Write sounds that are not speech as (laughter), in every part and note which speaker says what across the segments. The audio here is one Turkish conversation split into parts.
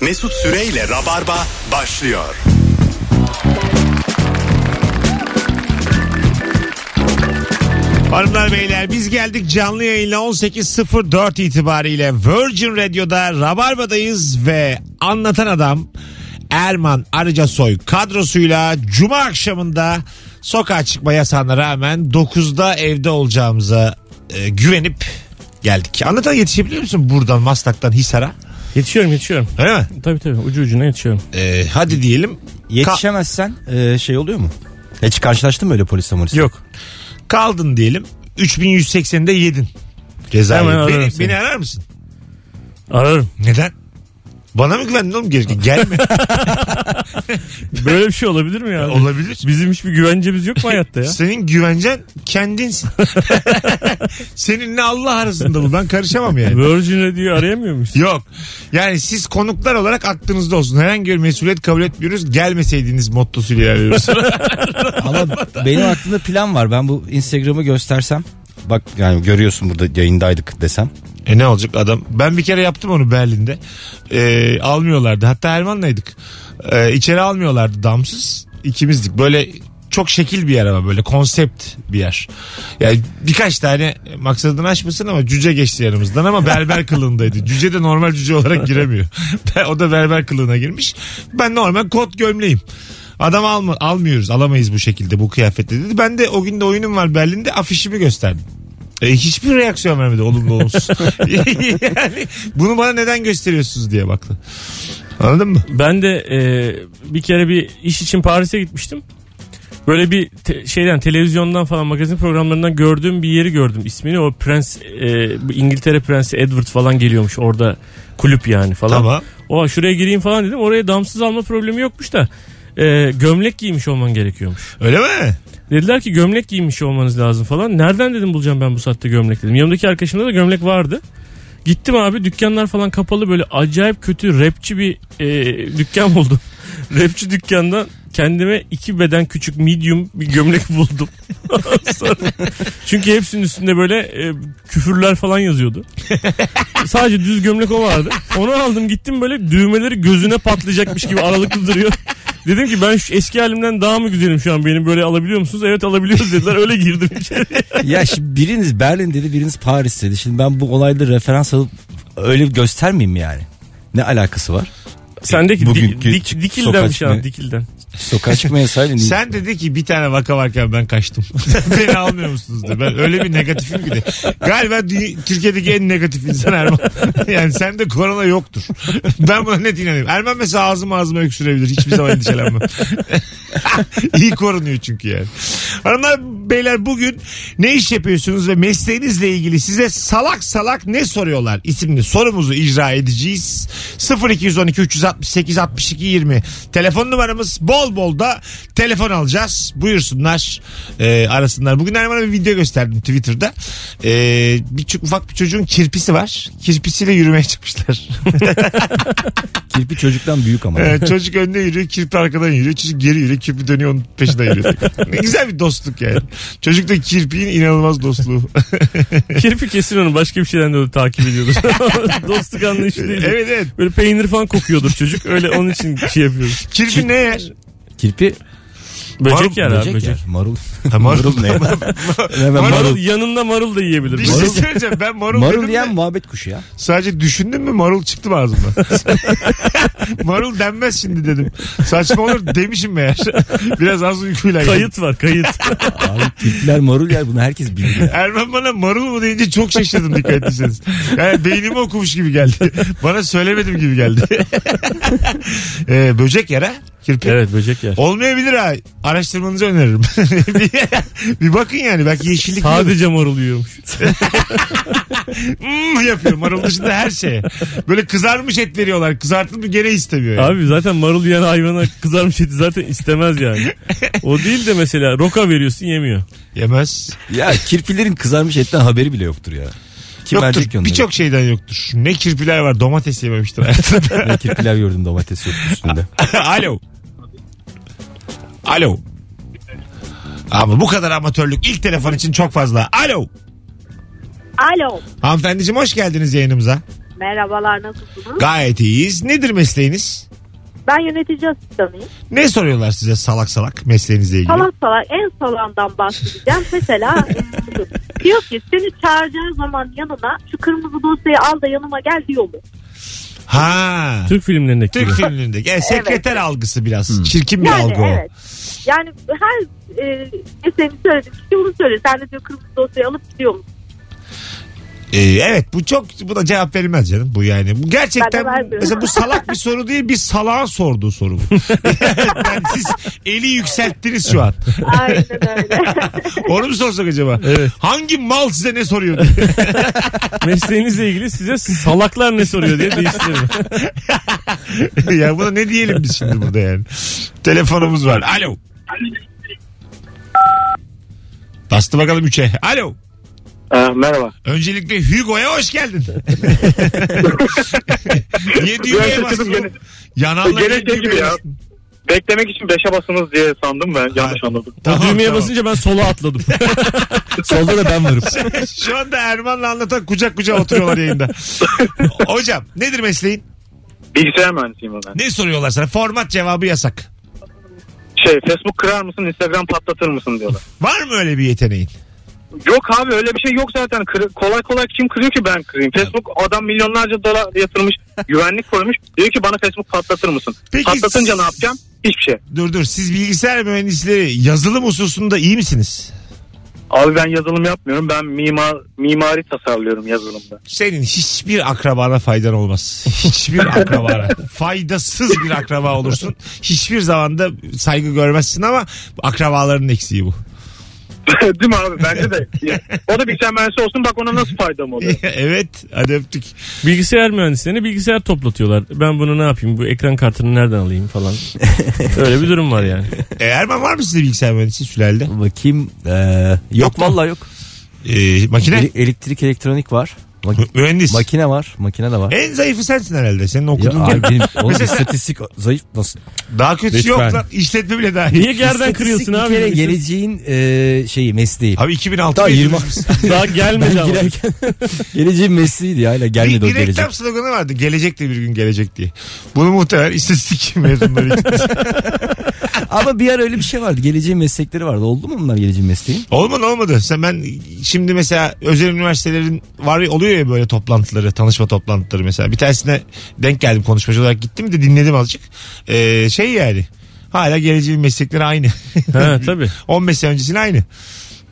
Speaker 1: Mesut Süreyle Rabarba başlıyor.
Speaker 2: Hanımlar beyler biz geldik canlı yayınla 18.04 itibariyle Virgin Radio'da Rabarba'dayız ve anlatan adam Erman Arıca Soy kadrosuyla Cuma akşamında sokağa çıkma yasağına rağmen 9'da evde olacağımıza e, güvenip geldik. Anlatan yetişebiliyor musun buradan Maslak'tan Hisar'a?
Speaker 3: Yetişiyorum yetişiyorum.
Speaker 2: Öyle mi?
Speaker 3: Tabii tabii ucu ucuna yetişiyorum.
Speaker 2: E, hadi diyelim
Speaker 4: Yetişemezsen e, şey oluyor mu? Hiç karşılaştın mı öyle polisle molisle?
Speaker 3: Yok.
Speaker 2: kaldın diyelim 3180'de yedin cezayı.
Speaker 3: Hemen ararım
Speaker 2: Beni,
Speaker 3: seni.
Speaker 2: beni arar mısın?
Speaker 3: Ararım.
Speaker 2: Neden? Bana mı güvendin oğlum? Gel, gelme.
Speaker 3: Böyle bir şey olabilir mi yani?
Speaker 2: Olabilir.
Speaker 3: Bizim hiçbir güvencemiz yok mu hayatta ya?
Speaker 2: Senin güvencen kendinsin. (laughs) Seninle Allah arasında bu. Ben karışamam (laughs) yani.
Speaker 3: Virgin Radio'yu arayamıyor muyuz?
Speaker 2: Yok. Yani siz konuklar olarak aklınızda olsun. Herhangi bir mesuliyet kabul etmiyoruz. Gelmeseydiniz mottosuyla ilerliyoruz.
Speaker 4: Ama benim aklımda plan var. Ben bu Instagram'ı göstersem bak yani görüyorsun burada yayındaydık desem.
Speaker 2: e ne olacak adam? Ben bir kere yaptım onu Berlin'de. Ee, almıyorlardı. Hatta Erman'laydık. Ee, içeri almıyorlardı damsız. İkimizdik. Böyle çok şekil bir yer ama böyle konsept bir yer. Yani birkaç tane maksadını aşmasın ama cüce geçti yanımızdan ama berber kılığındaydı. Cüce de normal cüce olarak giremiyor. (laughs) o da berber kılığına girmiş. Ben normal kot gömleğim. Adam alma, almıyoruz alamayız bu şekilde bu kıyafetle dedi. Ben de o gün de oyunum var Berlin'de afişimi gösterdim. E, hiçbir reaksiyon vermedi olumlu olumsuz. yani bunu bana neden gösteriyorsunuz diye baktı. Anladın mı?
Speaker 3: Ben de e, bir kere bir iş için Paris'e gitmiştim. Böyle bir te- şeyden televizyondan falan magazin programlarından gördüğüm bir yeri gördüm ismini. O prens e, bu İngiltere prensi Edward falan geliyormuş orada kulüp yani falan.
Speaker 2: Tamam.
Speaker 3: Oha şuraya gireyim falan dedim. Oraya damsız alma problemi yokmuş da e, gömlek giymiş olman gerekiyormuş.
Speaker 2: Öyle mi?
Speaker 3: Dediler ki gömlek giymiş olmanız lazım falan. Nereden dedim bulacağım ben bu saatte gömlek dedim. Yanımdaki arkadaşımda da gömlek vardı. Gittim abi dükkanlar falan kapalı böyle acayip kötü rapçi bir e, dükkan (laughs) buldum. rapçi dükkandan kendime iki beden küçük medium bir gömlek buldum. (laughs) Sonra- Çünkü hepsinin üstünde böyle e, küfürler falan yazıyordu. Sadece düz gömlek o vardı. Onu aldım gittim böyle düğmeleri gözüne patlayacakmış gibi aralıklı duruyor. Dedim ki ben şu eski halimden daha mı güzelim şu an beni böyle alabiliyor musunuz? Evet alabiliyoruz dediler öyle girdim içeri.
Speaker 4: ya şimdi biriniz Berlin dedi biriniz Paris dedi. Şimdi ben bu olayda referans alıp öyle göstermeyeyim mi yani? Ne alakası var?
Speaker 3: Sendeki di,
Speaker 4: Bugünkü
Speaker 3: dik, dikilden
Speaker 4: sokaç
Speaker 3: şu an
Speaker 4: ne?
Speaker 3: dikilden.
Speaker 4: Sokağa çıkma yasağı
Speaker 2: Sen dedi ki bir tane vaka varken ben kaçtım. (laughs) Beni almıyor musunuz de. Ben öyle bir negatifim ki de. Galiba dü- Türkiye'deki en negatif insan Erman. (laughs) yani sende korona yoktur. ben buna net inanıyorum. Erman mesela ağzım ağzıma öksürebilir. Hiçbir zaman endişelenmem. (laughs) İyi korunuyor çünkü yani. Hanımlar beyler bugün ne iş yapıyorsunuz ve mesleğinizle ilgili size salak salak ne soruyorlar isimli sorumuzu icra edeceğiz. 0212 368 62 20 telefon numaramız bol bol da telefon alacağız. Buyursunlar e, arasınlar. Bugün Erman'a bir video gösterdim Twitter'da. E, bir ço- ufak bir çocuğun kirpisi var. Kirpisiyle yürümeye çıkmışlar.
Speaker 4: Kirpi çocuktan büyük ama.
Speaker 2: Ee, çocuk önde yürüyor, kirpi arkadan yürüyor. Çocuk geri yürüyor, kirpi dönüyor onun peşinden yürüyor. ne güzel bir dostluk yani. Çocuk da kirpiğin inanılmaz dostluğu.
Speaker 3: Kirpi kesin onu başka bir şeyden de onu takip ediyordur. (laughs) Dostluk anlayışı değil.
Speaker 2: evet evet.
Speaker 3: Böyle peynir falan kokuyordur çocuk. Öyle onun için şey yapıyoruz.
Speaker 2: Kirpi ne yer?
Speaker 4: Kirpi
Speaker 3: Böcek yer abi böcek.
Speaker 4: yer. Marul.
Speaker 2: marul
Speaker 4: (laughs) ne?
Speaker 2: Marul-
Speaker 4: marul.
Speaker 3: Marul, yanında marul da yiyebilir.
Speaker 2: Bir şey
Speaker 3: Marul-
Speaker 2: söyleyeceğim. Ben marul,
Speaker 4: Marul
Speaker 2: dedim de
Speaker 4: yiyen muhabbet kuşu ya.
Speaker 2: sadece düşündüm mü marul çıktı mı ağzımdan. (laughs) marul denmez şimdi dedim. Saçma olur demişim meğer. Biraz az uykuyla geldim.
Speaker 3: Kayıt var kayıt.
Speaker 4: Abi kirpiler marul yer bunu herkes bilir ya.
Speaker 2: Erman bana marul mu deyince çok şaşırdım dikkat ettiyseniz. Yani beynimi okumuş gibi geldi. (laughs) Bana söylemedim gibi geldi. (laughs) ee, böcek yara kirpi.
Speaker 3: evet böcek yer.
Speaker 2: Olmayabilir ha. Araştırmanızı öneririm. (laughs) bir, bir bakın yani belki yeşillik yiyordur.
Speaker 3: Sadece marul yiyormuş.
Speaker 2: (laughs) Hmm yapıyor. Marul dışında her şeye. Böyle kızarmış et veriyorlar. Kızartılmış gene istemiyor. Yani.
Speaker 3: Abi zaten marul yiyen hayvana kızarmış eti zaten istemez yani. O değil de mesela roka veriyorsun yemiyor.
Speaker 2: Yemez.
Speaker 4: Ya kirpilerin kızarmış etten haberi bile yoktur ya. Kim
Speaker 2: yoktur.
Speaker 4: verecek ki onları?
Speaker 2: Birçok şeyden yoktur. Ne kirpiler var. Domates yememiştir hayatında.
Speaker 4: Ne kirpiler gördüm domates yok
Speaker 2: (laughs)
Speaker 4: üstünde.
Speaker 2: Alo. Alo. Ama bu kadar amatörlük ilk telefon için çok fazla. Alo.
Speaker 5: Alo.
Speaker 2: Hanımefendiciğim hoş geldiniz yayınımıza.
Speaker 5: Merhabalar nasılsınız?
Speaker 2: Gayet iyiyiz. Nedir mesleğiniz?
Speaker 5: Ben yönetici asistanıyım.
Speaker 2: Ne soruyorlar size salak salak mesleğinizle ilgili?
Speaker 5: Salak salak en salandan bahsedeceğim. Mesela (laughs) e, diyor ki seni çağıracağı zaman yanına şu kırmızı dosyayı al da yanıma gel diyor mu?
Speaker 2: Ha.
Speaker 3: Türk filmlerindeki gibi.
Speaker 2: Türk filmindeki. Yani sekreter algısı biraz. Çirkin bir
Speaker 5: Yani
Speaker 2: algı o.
Speaker 5: evet. Yani her e, mesleğini söyledim. Kişi bunu söylüyor. Sen de diyor kırmızı dosyayı alıp gidiyor (laughs) musun?
Speaker 2: Ee, evet bu çok bu da cevap verilmez canım bu yani. Bu gerçekten
Speaker 5: Ben de vermiyorum.
Speaker 2: mesela bu salak bir soru değil bir salağa sorduğu
Speaker 5: (laughs)
Speaker 2: soru bu. (laughs) yani siz eli yükselttiniz şu an.
Speaker 5: Aynen öyle.
Speaker 2: Onu mu sorsak acaba?
Speaker 3: Evet.
Speaker 2: Hangi mal size ne soruyor? diye.
Speaker 3: (laughs) Mesleğinizle ilgili size salaklar ne soruyor diye değiştirelim.
Speaker 2: (laughs) ya buna ne diyelim biz şimdi burada yani. Telefonumuz var. Alo. Bastı bakalım 3'e. Alo.
Speaker 6: Ee, merhaba.
Speaker 2: Öncelikle Hugo'ya hoş geldin. (laughs) Niye düğmeye
Speaker 6: şaşırdım
Speaker 2: bastın?
Speaker 6: gene.
Speaker 2: oğlum? Yanağınla
Speaker 6: Gene
Speaker 2: niye
Speaker 6: şey gibi
Speaker 2: düğmeye
Speaker 6: ya.
Speaker 2: bastın?
Speaker 6: Beklemek için 5'e basınız diye sandım ben. Yanlış
Speaker 2: Ha.
Speaker 6: anladım.
Speaker 2: Tamam,
Speaker 3: Düğmeye
Speaker 2: tamam.
Speaker 3: basınca ben sola (laughs) atladım.
Speaker 4: Solda da ben varım.
Speaker 2: (laughs) Şu anda Erman'la anlatan kucak kucağa oturuyorlar yayında. Hocam nedir mesleğin?
Speaker 6: Bilgisayar mühendisiyim ben.
Speaker 2: Ne soruyorlar sana? Format cevabı yasak.
Speaker 6: Şey Facebook kırar mısın Instagram patlatır mısın diyorlar.
Speaker 2: Var mı öyle bir yeteneğin?
Speaker 6: Yok abi öyle bir şey yok zaten. Kır- kolay kolay kim kırıyor ki ben kırayım. Facebook adam milyonlarca dolar yatırmış. güvenlik koymuş. Diyor ki bana Facebook patlatır mısın?
Speaker 2: Peki
Speaker 6: Patlatınca
Speaker 2: siz-
Speaker 6: ne yapacağım? Hiçbir şey.
Speaker 2: Dur dur siz bilgisayar mühendisleri yazılım hususunda iyi misiniz?
Speaker 6: Abi ben yazılım yapmıyorum. Ben mimar mimari tasarlıyorum yazılımda. (laughs)
Speaker 2: Senin hiçbir akrabana faydan olmaz. Hiçbir akrabana. Faydasız bir akraba olursun. Hiçbir zaman da saygı görmezsin ama akrabaların eksiği bu. (laughs)
Speaker 6: Değil mi abi? Bence de. Ya, O da bilgisayar mühendisi olsun bak ona nasıl faydam oluyor.
Speaker 2: evet hadi öptük.
Speaker 3: (laughs) Bilgisayar mühendislerini bilgisayar toplatıyorlar. Ben bunu ne yapayım? Bu ekran kartını nereden alayım (laughs) falan. Öyle bir durum var yani.
Speaker 2: E, Erman var mı sizde bilgisayar mühendisi sülalede?
Speaker 4: Bakayım. Ee, yok vallahi yok.
Speaker 2: E, makine?
Speaker 4: Ele- elektrik elektronik var. Mak-
Speaker 2: Mü- Mühendis.
Speaker 4: makine var. Makine de var.
Speaker 2: En zayıfı sensin herhalde. Senin
Speaker 4: Ya
Speaker 2: okuduğun
Speaker 4: abi
Speaker 2: gibi.
Speaker 4: benim
Speaker 2: (laughs)
Speaker 4: oğlum istatistik zayıf nasıl?
Speaker 2: Daha kötüsü yok
Speaker 4: Lütfen.
Speaker 2: lan. İşletme bile daha iyi.
Speaker 3: Niye gerden
Speaker 4: İstatistik
Speaker 3: kırıyorsun
Speaker 4: bir
Speaker 3: abi?
Speaker 4: kere geleceğin e, şeyi mesleği.
Speaker 2: Abi 2006
Speaker 4: Daha
Speaker 2: mezunuz
Speaker 4: 20.
Speaker 2: biz.
Speaker 3: Daha
Speaker 4: Ben
Speaker 3: gelmedi ama.
Speaker 4: girerken (laughs) geleceğin mesleğiydi ya hala
Speaker 2: Bir,
Speaker 4: gelmedi Hani o
Speaker 2: bir
Speaker 4: gelecek.
Speaker 2: reklam sloganı vardı. Gelecek de bir gün gelecek diye. Bunu muhtemelen istatistik (laughs) mezunları için.
Speaker 4: Ama bir ara öyle bir şey vardı. Geleceğin meslekleri vardı. Oldu mu bunlar geleceğin mesleği?
Speaker 2: Olmadı olmadı. Sen ben şimdi mesela özel üniversitelerin var ya- oluyor ya böyle toplantıları, tanışma toplantıları mesela. Bir tanesine denk geldim konuşmacı olarak gittim de dinledim azıcık. Ee, şey yani. Hala geleceğin meslekleri aynı. (laughs)
Speaker 3: Ha (laughs) tabii.
Speaker 2: 15 sene öncesinin aynı.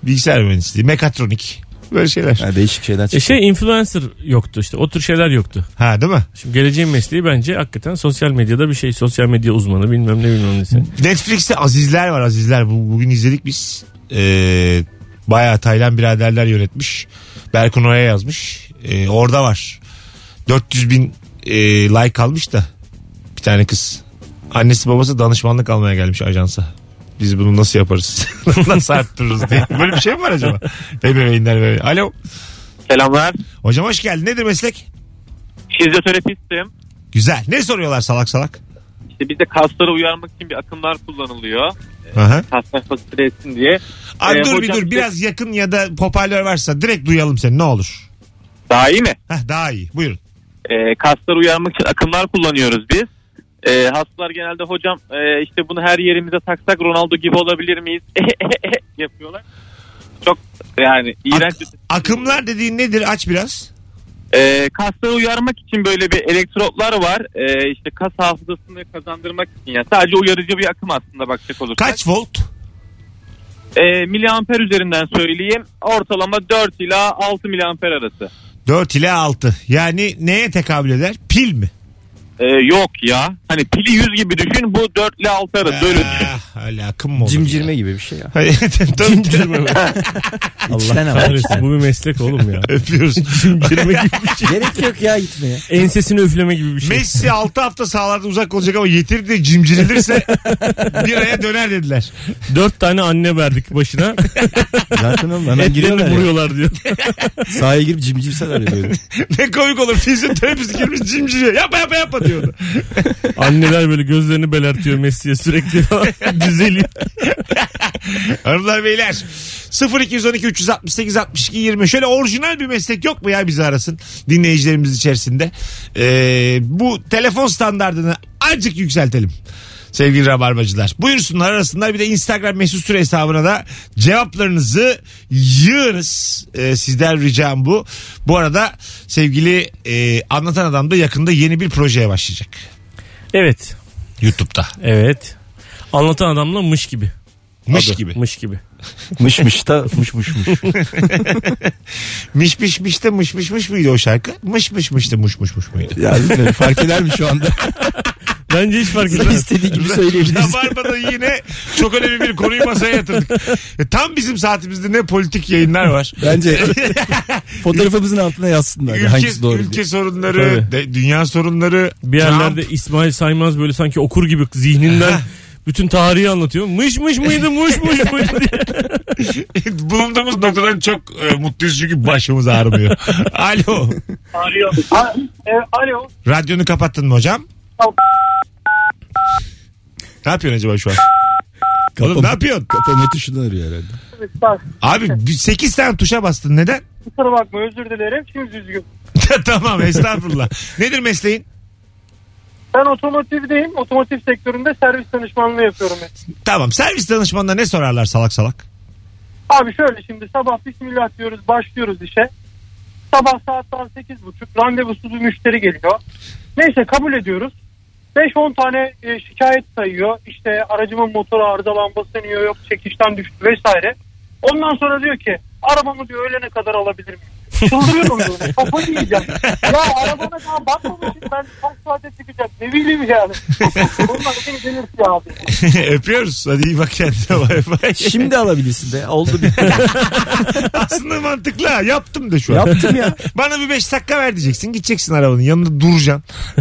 Speaker 2: Bilgisayar mühendisliği, mekatronik. Böyle şeyler.
Speaker 4: Ha, değişik şeyler çıktı.
Speaker 3: E şey influencer yoktu işte. O tür şeyler yoktu.
Speaker 2: Ha değil mi?
Speaker 3: Şimdi geleceğin mesleği bence hakikaten sosyal medyada bir şey. Sosyal medya uzmanı bilmem ne bilmem
Speaker 4: (laughs)
Speaker 3: nesi.
Speaker 2: Netflix'te Azizler var Azizler. Bu, bugün izledik biz. Ee, bayağı Taylan biraderler yönetmiş. Berkun Oraya yazmış. Ee, orada var. 400 bin e, like almış da bir tane kız. Annesi babası danışmanlık almaya gelmiş ajansa. Biz bunu nasıl yaparız? (laughs) nasıl arttırırız diye. Böyle bir şey mi var
Speaker 7: (laughs)
Speaker 2: acaba? Ebeveynler böyle. Alo.
Speaker 6: Selamlar.
Speaker 2: Hocam hoş geldin. Nedir meslek?
Speaker 7: Fizyoterapistim.
Speaker 2: Güzel. Ne soruyorlar salak salak?
Speaker 7: İşte bizde kasları uyarmak için bir akımlar kullanılıyor.
Speaker 2: Aha.
Speaker 7: Kaslar fasilesin diye.
Speaker 2: Abi
Speaker 7: Ee,
Speaker 2: dur bir
Speaker 7: hocam
Speaker 2: dur.
Speaker 7: bir-
Speaker 2: Biraz yakın ya da hoparlör varsa direkt duyalım seni ne olur.
Speaker 7: Daha iyi mi?
Speaker 2: Heh, daha iyi. Buyurun.
Speaker 7: Ee, kasları uyarmak için akımlar kullanıyoruz biz. Ee, hastalar genelde hocam e, işte bunu her yerimize taksak Ronaldo gibi olabilir miyiz? (laughs) yapıyorlar. Çok yani iğrenç.
Speaker 2: Akımlar dediğin nedir? Aç biraz.
Speaker 7: Ee, kasları uyarmak için böyle bir elektrotlar var. Ee, işte kas hafızasını kazandırmak için. Yani sadece uyarıcı bir akım aslında bakacak olursak.
Speaker 2: Kaç volt?
Speaker 7: Ee, miliamper üzerinden söyleyeyim. Ortalama 4 ila 6 miliamper arası.
Speaker 2: 4 ile 6. Yani neye tekabül eder? Pil mi?
Speaker 7: Ee, yok ya. Hani pili 100 gibi düşün. Bu 4 ile 6 arası. Böyle düşün.
Speaker 2: Ah, öyle akım mı olur?
Speaker 4: Cimcirme gibi bir şey ya.
Speaker 2: Hayır, (laughs) tabii ki.
Speaker 4: İçten ama.
Speaker 3: Kahretsin bu bir meslek oğlum ya.
Speaker 2: Öpüyoruz. (laughs)
Speaker 4: Gerek yok ya gitmeye.
Speaker 3: Ensesini üfleme gibi bir şey.
Speaker 2: Messi 6 hafta sahalarda uzak olacak ama yeter de cimcirilirse (laughs) bir aya döner dediler. (laughs)
Speaker 3: Dört tane anne verdik
Speaker 4: (laughs)
Speaker 3: başına.
Speaker 4: Zaten oğlum hemen
Speaker 3: Etlerini
Speaker 4: giriyorlar ya.
Speaker 3: vuruyorlar
Speaker 4: (laughs)
Speaker 3: diyor.
Speaker 4: Sahaya girip cimcirseler ya böyle.
Speaker 2: ne komik olur. Fizyoterapist girmiş cimciriyor. Yapma yapma yapma diyordu.
Speaker 4: (laughs)
Speaker 3: Anneler böyle gözlerini belertiyor Messi'ye sürekli falan. Dizeli.
Speaker 2: Hanımlar beyler 0212 368 62 20 şöyle orijinal bir meslek yok mu ya bizi arasın dinleyicilerimiz içerisinde. Ee, bu telefon standartını azıcık yükseltelim. Sevgili Rabarbacılar. Buyursunlar arasınlar. Bir de Instagram mesut süre hesabına da cevaplarınızı yığınız. Ee, sizden ricam bu. Bu arada sevgili e, anlatan adam da yakında yeni bir projeye başlayacak.
Speaker 3: evet.
Speaker 2: YouTube'da.
Speaker 3: Evet. Anlatan adamla mış gibi.
Speaker 2: Mış
Speaker 3: Adı,
Speaker 2: gibi.
Speaker 3: Mış gibi.
Speaker 4: Mış mış da mış mış mış.
Speaker 2: Miş miş miş de mış mış mış mıydı o şarkı? Mış mış mış de muş muş muş muydu?
Speaker 4: Ya bilmiyorum, fark eder mi şu anda?
Speaker 3: Bence hiç fark etmez.
Speaker 4: İstediği gibi söyleyebiliriz.
Speaker 2: Rabarba'da yine çok önemli bir konuyu masaya yatırdık. E, Tam bizim saatimizde ne politik yayınlar var.
Speaker 4: Bence
Speaker 2: (laughs)
Speaker 4: fotoğrafımızın altına yazsınlar. hangisi
Speaker 2: Ülke,
Speaker 4: doğru
Speaker 2: ülke
Speaker 4: diye.
Speaker 2: sorunları,
Speaker 3: Tabii.
Speaker 2: de- dünya sorunları.
Speaker 3: Bir yerlerde İsmail Saymaz böyle sanki okur gibi
Speaker 4: (laughs)
Speaker 3: zihninden bütün tarihi anlatıyor. Mış mış mıydı mış mış mıydı diye.
Speaker 2: Trump. (laughs) bulunduğumuz noktadan çok e, mutluyuz çünkü başımız
Speaker 4: (laughs)
Speaker 2: ağrımıyor. Alo.
Speaker 6: Arıyor. Ee, alo.
Speaker 2: Radyonu kapattın mı hocam? Ne yapıyorsun acaba şu an? Oğlum ne yapıyorsun?
Speaker 4: Kapama tuşunu arıyor herhalde.
Speaker 2: Abi 8 tane tuşa bastın neden? (laughs)
Speaker 6: Kusura bakma özür dilerim. Şimdi düzgün.
Speaker 2: tamam estağfurullah. Nedir mesleğin?
Speaker 6: Ben otomotivdeyim. Otomotiv sektöründe servis danışmanlığı yapıyorum. ben.
Speaker 2: Tamam servis danışmanına ne sorarlar salak salak? (laughs)
Speaker 6: Abi şöyle şimdi sabah bismillah diyoruz başlıyoruz işe. Sabah saatten 8.30 randevusuz bir müşteri geliyor. Neyse kabul ediyoruz. 5-10 tane e, şikayet sayıyor. İşte aracımın motoru arıza lambası yanıyor yok çekişten düştü vesaire. Ondan sonra diyor ki arabamı diyor öğlene kadar alabilir miyim? Çıldırıyorum diyorum. Kafayı yiyeceğim. Ya arabana daha bakmamışım ben çok saate çıkacağım. Ne bileyim yani. Bunlar için gelirsin abi.
Speaker 2: Öpüyoruz. Hadi iyi bak kendine. Bay bay.
Speaker 4: Şimdi alabilirsin de. Oldu bir.
Speaker 2: Aslında mantıklı ha. Yaptım da şu an.
Speaker 4: Yaptım ya.
Speaker 2: (laughs) Bana bir 5 dakika ver diyeceksin. Gideceksin arabanın yanında duracaksın. (laughs)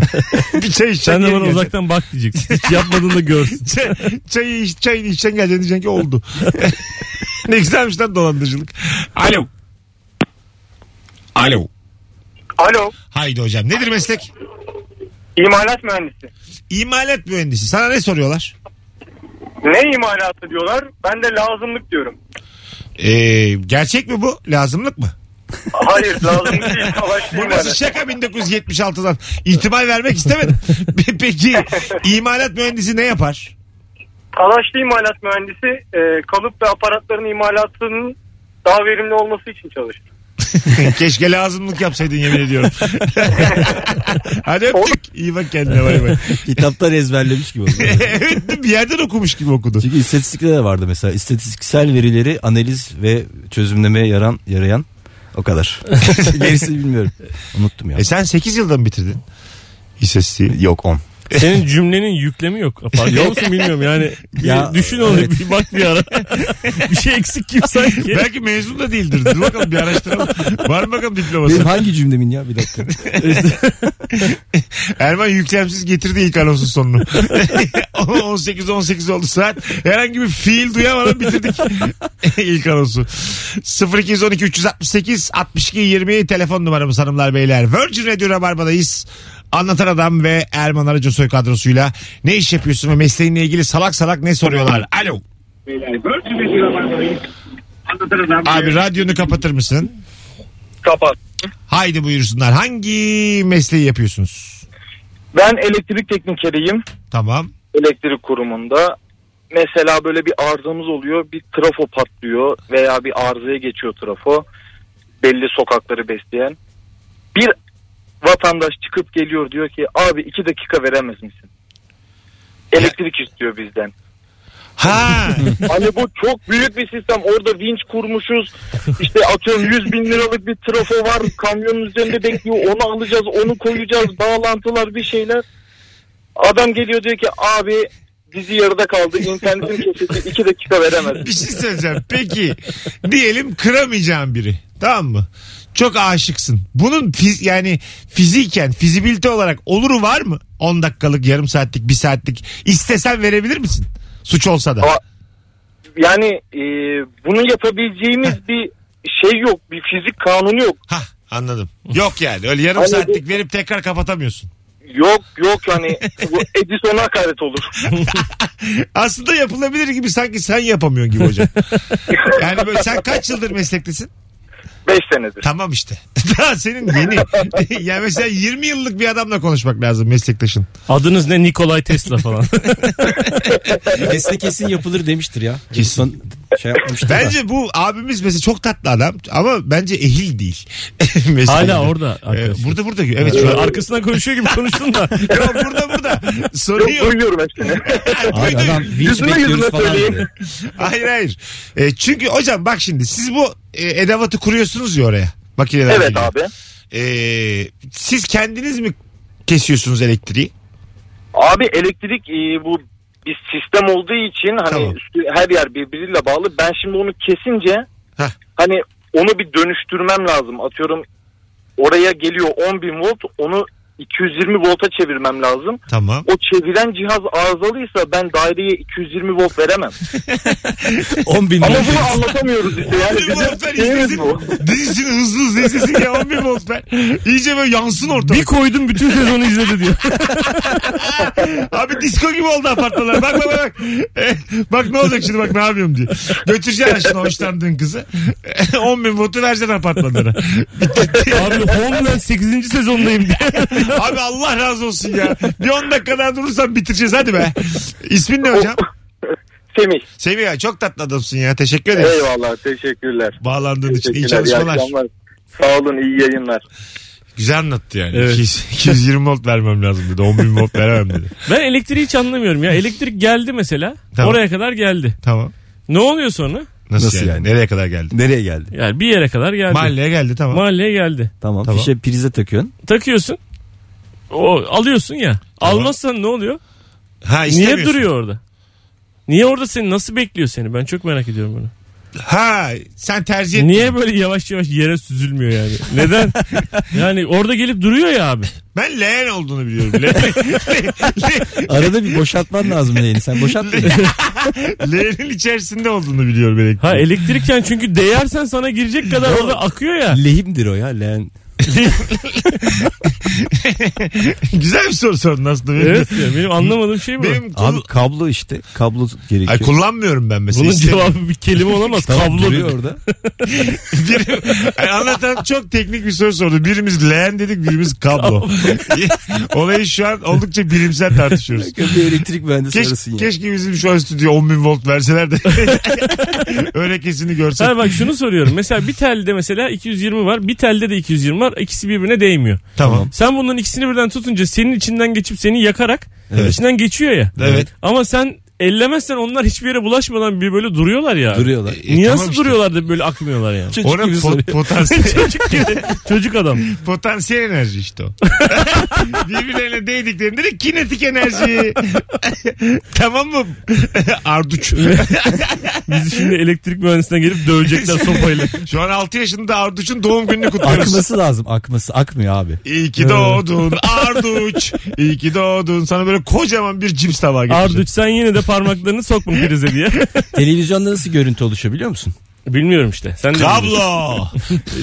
Speaker 2: bir çay içeceksin.
Speaker 3: Sen de
Speaker 2: geri
Speaker 3: bana
Speaker 2: geleceksin.
Speaker 3: uzaktan bak diyeceksin. Hiç yapmadığını da görsün.
Speaker 2: Çay, çayı iç, çayını içeceksin geleceksin diyeceksin ki oldu. (laughs) ne güzelmiş lan dolandırıcılık. Alo. Alo.
Speaker 6: Alo
Speaker 2: Haydi hocam nedir meslek?
Speaker 6: imalat mühendisi.
Speaker 2: İmalat mühendisi. Sana ne soruyorlar?
Speaker 6: Ne imalatı diyorlar? Ben de lazımlık diyorum.
Speaker 2: Ee, gerçek mi bu? Lazımlık mı?
Speaker 6: Hayır lazımlık değil. savaş değil
Speaker 2: Bu nasıl
Speaker 6: yani.
Speaker 2: şaka 1976'dan? İhtimal vermek istemedim. (laughs) Pe- Peki imalat mühendisi ne yapar?
Speaker 6: Talaşlı imalat mühendisi e, kalıp ve aparatların imalatının daha verimli olması için çalışır.
Speaker 2: (laughs) Keşke lazımlık yapsaydın yemin ediyorum. Hadi öptük. İyi bak kendine bay bay.
Speaker 4: Kitaplar ezberlemiş gibi oldu.
Speaker 2: (laughs) evet bir yerden okumuş gibi okudu.
Speaker 4: Çünkü istatistikte de vardı mesela. İstatistiksel verileri analiz ve çözümlemeye yaran, yarayan
Speaker 2: (laughs)
Speaker 4: o kadar. Gerisi bilmiyorum. Unuttum ya.
Speaker 2: E sen 8 yılda mı bitirdin? İstatistiği.
Speaker 4: Yok 10.
Speaker 3: (laughs) Senin cümlenin yüklemi yok. Farkında musun bilmiyorum yani. Bir
Speaker 4: Ya,
Speaker 3: düşün onu
Speaker 4: evet.
Speaker 3: bir bak bir (laughs) ara. bir şey eksik gibi sanki.
Speaker 2: Belki mezun da değildir. Dur bakalım bir araştıralım. Var mı bakalım
Speaker 4: Benim
Speaker 2: diploması?
Speaker 4: hangi cümlemin ya bir dakika.
Speaker 2: Erman yüklemsiz getirdi ilk anonsun sonunu. (laughs) 18-18 oldu saat. Herhangi bir fiil duyamadan bitirdik (laughs) ilk anonsu. 0212 368 62 20 telefon numaramız hanımlar beyler. Virgin Radio Rabarba'dayız. Anlatan Adam ve Erman Arıcı Soy kadrosuyla ne iş yapıyorsun ve mesleğinle ilgili salak salak ne soruyorlar? Alo. Abi radyonu kapatır mısın?
Speaker 6: Kapat.
Speaker 2: Haydi buyursunlar. Hangi mesleği yapıyorsunuz?
Speaker 6: Ben elektrik teknikeriyim.
Speaker 2: Tamam.
Speaker 6: Elektrik kurumunda. Mesela böyle bir arızamız oluyor. Bir trafo patlıyor veya bir arızaya geçiyor trafo. Belli sokakları besleyen. Bir vatandaş çıkıp geliyor diyor ki abi iki dakika veremez misin? Elektrik istiyor bizden.
Speaker 2: Ha
Speaker 6: Hani bu çok büyük bir sistem. Orada vinç kurmuşuz. İşte atıyorum 100 bin liralık bir trafo var. Kamyonun üzerinde bekliyor. Onu alacağız, onu koyacağız. Bağlantılar bir şeyler. Adam geliyor diyor ki abi dizi yarıda kaldı. İnternetim kesildi. 2 dakika veremez.
Speaker 2: bir şey söyleyeceğim. Peki diyelim kıramayacağım biri. Tamam mı? Çok aşıksın. Bunun fiz yani fiziken, fizibilite olarak oluru var mı? 10 dakikalık, yarım saatlik, bir saatlik. istesen verebilir misin? Suç olsa da.
Speaker 6: Ama- Yani e, bunu yapabileceğimiz bir şey yok. Bir fizik kanunu yok.
Speaker 2: Hah anladım. Yok yani. Öyle yarım
Speaker 6: Hani
Speaker 2: saatlik verip tekrar kapatamıyorsun.
Speaker 8: Yok yok
Speaker 6: Hani
Speaker 8: yani bu Edison'a hakaret olur.
Speaker 2: Aslında yapılabilir gibi sanki sen yapamıyorsun gibi hocam. Yani böyle sen kaç yıldır meslektesin?
Speaker 8: 5 senedir.
Speaker 2: Tamam işte. (laughs) Daha senin yeni. (laughs) yani mesela 20 yıllık bir adamla konuşmak lazım meslektaşın.
Speaker 3: Adınız ne Nikolay Tesla (laughs) falan.
Speaker 4: Teste kesin yapılır demiştir ya.
Speaker 2: Kesin.
Speaker 4: Şey yapmıştır da.
Speaker 2: Bence bu abimiz mesela çok tatlı adam ama bence ehil değil. Mesela-
Speaker 3: Hala orada
Speaker 2: Ee,
Speaker 3: arkadaşlar.
Speaker 2: burada burada. Evet şu
Speaker 3: Böyle
Speaker 2: an.
Speaker 3: arkasından konuşuyor gibi konuştun (laughs) da.
Speaker 2: Yok, burada burada. Sorun
Speaker 8: Yok
Speaker 2: yok.
Speaker 8: duyuyorum hepsini.
Speaker 4: Abi adam vinç
Speaker 8: Yüzüme
Speaker 4: bekliyoruz
Speaker 8: yüzüme
Speaker 4: falan.
Speaker 8: söyleyin.
Speaker 4: diyor.
Speaker 2: Hayır hayır. E, çünkü hocam bak şimdi siz bu e, edevatı kuruyorsunuz ya oraya. Makineler
Speaker 8: evet
Speaker 2: geliyor.
Speaker 8: abi.
Speaker 2: E, siz kendiniz mi kesiyorsunuz elektriği?
Speaker 8: Abi elektrik e, bu bir sistem olduğu için hani
Speaker 2: Tamam.
Speaker 8: üstü- her yer birbiriyle bağlı. Ben şimdi onu kesince
Speaker 2: Heh.
Speaker 8: hani onu bir dönüştürmem lazım. Atıyorum oraya geliyor 10 bin volt onu 220 volta çevirmem lazım.
Speaker 2: Tamam.
Speaker 8: O çeviren cihaz arızalıysa ben daireye 220 volt
Speaker 2: (laughs)
Speaker 8: veremem.
Speaker 4: 10 bin
Speaker 8: Ama
Speaker 4: lira.
Speaker 8: bunu anlatamıyoruz işte.
Speaker 2: (laughs)
Speaker 8: Yani
Speaker 2: 10.000 volt ver
Speaker 8: bizim şeyimiz
Speaker 2: izlesin.
Speaker 8: bu.
Speaker 2: Dinsin hızlı hızlı izlesin ya 10 bin volt ver. İyice böyle yansın ortalık.
Speaker 3: bir koydum bütün sezonu izledi (laughs) diyor.
Speaker 2: Abi disco gibi oldu apartmanlar. Bak bak bak. Eh, bak ne olacak şimdi bak ne yapıyorum diye. Götüreceksin şimdi hoşlandığın kızı. 10 bin voltu vereceksin apartmanlara.
Speaker 3: Abi Homeland 8. sezondayım diye.
Speaker 2: Abi Allah razı olsun ya. Bir 10 dakika daha durursan bitireceğiz hadi be. İsmin ne hocam?
Speaker 8: Semih.
Speaker 2: Semih ya çok tatlı adamsın ya. Teşekkür ederiz.
Speaker 8: Eyvallah teşekkürler.
Speaker 2: Bağlandığın için iyi
Speaker 8: Teşekkürler. iyi
Speaker 2: çalışmalar.
Speaker 8: akşamlar. Sağ olun iyi yayınlar.
Speaker 2: Güzel anlattı yani.
Speaker 3: Evet.
Speaker 2: 200, 220 volt vermem lazım dedi. 10 bin volt veremem dedi.
Speaker 3: (laughs) Ben elektriği hiç anlamıyorum ya. Elektrik geldi mesela.
Speaker 2: Tamam.
Speaker 3: Oraya kadar geldi.
Speaker 2: Tamam.
Speaker 3: Ne oluyor sonra?
Speaker 2: Nasıl,
Speaker 4: Nasıl
Speaker 2: yani?
Speaker 4: yani?
Speaker 2: Nereye kadar geldi?
Speaker 4: Nereye geldi?
Speaker 3: Yani bir yere kadar geldi.
Speaker 2: Mahalleye geldi tamam.
Speaker 3: Mahalleye geldi.
Speaker 4: Tamam.
Speaker 2: Tamam.
Speaker 4: Fişe prize takıyorsun.
Speaker 3: Takıyorsun. O alıyorsun ya.
Speaker 2: Tamam.
Speaker 3: Almazsan ne oluyor?
Speaker 2: ha,
Speaker 3: Niye
Speaker 2: istemiyorsun.
Speaker 3: duruyor orada? Niye orada seni nasıl bekliyor seni? Ben çok merak ediyorum bunu.
Speaker 2: Ha sen tercih ettin.
Speaker 3: Niye böyle yavaş yavaş yere süzülmüyor yani?
Speaker 2: (laughs)
Speaker 3: Neden? yani orada gelip duruyor ya abi.
Speaker 2: Ben leğen olduğunu biliyorum. Le-
Speaker 4: (laughs) Arada bir boşaltman lazım neyini.
Speaker 2: (laughs)
Speaker 4: Sen boşaltma.
Speaker 2: (laughs) leğenin içerisinde olduğunu biliyorum elektrik.
Speaker 3: Ha elektrikken çünkü değersen sana girecek kadar orada akıyor ya.
Speaker 4: Lehimdir o ya. Leğen.
Speaker 2: (laughs) Güzel bir soru sordun aslında. Benim,
Speaker 3: Evet ya, benim anlamadığım şey bu.
Speaker 2: benim kul-
Speaker 4: Abi kablo işte. Kablo gerekiyor.
Speaker 2: Ay, kullanmıyorum ben mesela.
Speaker 3: şey- Bunun
Speaker 2: İstemiyorum.
Speaker 3: cevabı bir kelime olamaz.
Speaker 4: Tamam,
Speaker 3: Kablo.
Speaker 4: duruyor
Speaker 3: dedi.
Speaker 4: orada.
Speaker 2: Biri, Ay, anlatan çok teknik bir soru sordu. Birimiz leğen dedik, birimiz kablo. (laughs) Olayı şu an oldukça bilimsel tartışıyoruz.
Speaker 4: Bir elektrik mühendisi
Speaker 2: Keş,
Speaker 4: arasın ya.
Speaker 2: keşke bizim şu an stüdyo 10 bin volt verseler de (laughs) öyle kesini görsek.
Speaker 3: Ha bak şunu soruyorum. Mesela bir telde mesela 220 var. Bir telde de 220 var. İkisi birbirine değmiyor.
Speaker 2: Tamam.
Speaker 3: Sen bunların ikisini birden tutunca senin içinden geçip seni yakarak
Speaker 4: Evet.
Speaker 3: içinden geçiyor ya.
Speaker 2: Evet.
Speaker 3: Ama sen ellemezsen onlar hiçbir yere bulaşmadan bir böyle duruyorlar ya.
Speaker 4: Duruyorlar.
Speaker 2: E,
Speaker 3: Niye
Speaker 2: tamam
Speaker 3: nasıl
Speaker 2: işte.
Speaker 3: duruyorlar da böyle akmıyorlar yani?
Speaker 4: Çocuk
Speaker 2: Ona
Speaker 4: gibi
Speaker 2: po- (laughs)
Speaker 4: soruyor.
Speaker 2: potansiyel,
Speaker 3: çocuk gibi. Çocuk adam.
Speaker 2: potansiyel enerji işte o. Birbirlerine değdiklerinde de kinetik enerji. tamam mı? (laughs) Arduç.
Speaker 3: Bizi şimdi elektrik mühendisine gelip dövecekler sopayla.
Speaker 2: Şu an 6 yaşında Arduç'un doğum gününü kutluyoruz.
Speaker 4: Akması lazım. Akması. Akmıyor abi.
Speaker 2: (laughs) İyi ki doğdun Arduç. İyi ki doğdun. Sana böyle kocaman bir cips tabağı getireceğim.
Speaker 3: Arduç sen yine de parmaklarını sokma prize diye. (laughs)
Speaker 4: Televizyonda nasıl görüntü oluşuyor biliyor musun?
Speaker 3: Bilmiyorum işte. Sen de bilmiyorsun.
Speaker 2: Kablo.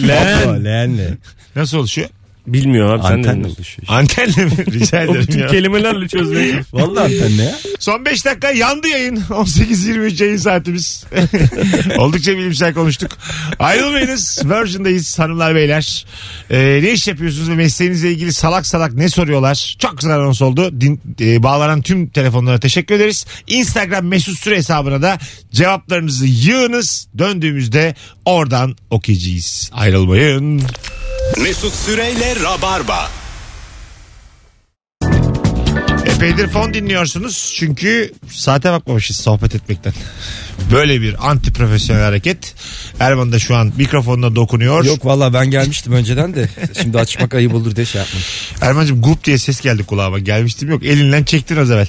Speaker 3: Leğen.
Speaker 4: Kablo, leğenle.
Speaker 2: Nasıl oluşuyor?
Speaker 3: Bilmiyorum abi sen de
Speaker 4: Antenle
Speaker 3: bilmiyorsun.
Speaker 4: oluşuyor.
Speaker 2: Antenle mi?
Speaker 3: (laughs)
Speaker 2: Rica
Speaker 3: O
Speaker 2: ederim
Speaker 3: bütün
Speaker 2: ya.
Speaker 3: kelimelerle çözmeye
Speaker 4: Valla antenle ya.
Speaker 2: Son 5 dakika yandı yayın. (laughs) 18-23 yayın saatimiz. (laughs) Oldukça bilimsel konuştuk. Ayrılmayınız. Virgin'dayız hanımlar beyler. Ee, ne iş yapıyorsunuz ve mesleğinizle ilgili salak salak ne soruyorlar? Çok güzel anons oldu. Din, e, bağlanan tüm telefonlara teşekkür ederiz. Instagram mesut süre hesabına da cevaplarınızı yığınız. Döndüğümüzde oradan okuyacağız. Ayrılmayın.
Speaker 1: Mesut Süreyle Rabarba.
Speaker 2: Epeydir fon dinliyorsunuz çünkü saate bakmamışız sohbet etmekten. Böyle bir anti profesyonel hareket. Erman da şu an mikrofonuna dokunuyor.
Speaker 4: Yok valla ben gelmiştim önceden de. Şimdi açmak ayıp olur diye şey yapmadım.
Speaker 2: Erman'cığım gup diye ses geldi kulağıma. Gelmiştim yok elinden çektin az evvel.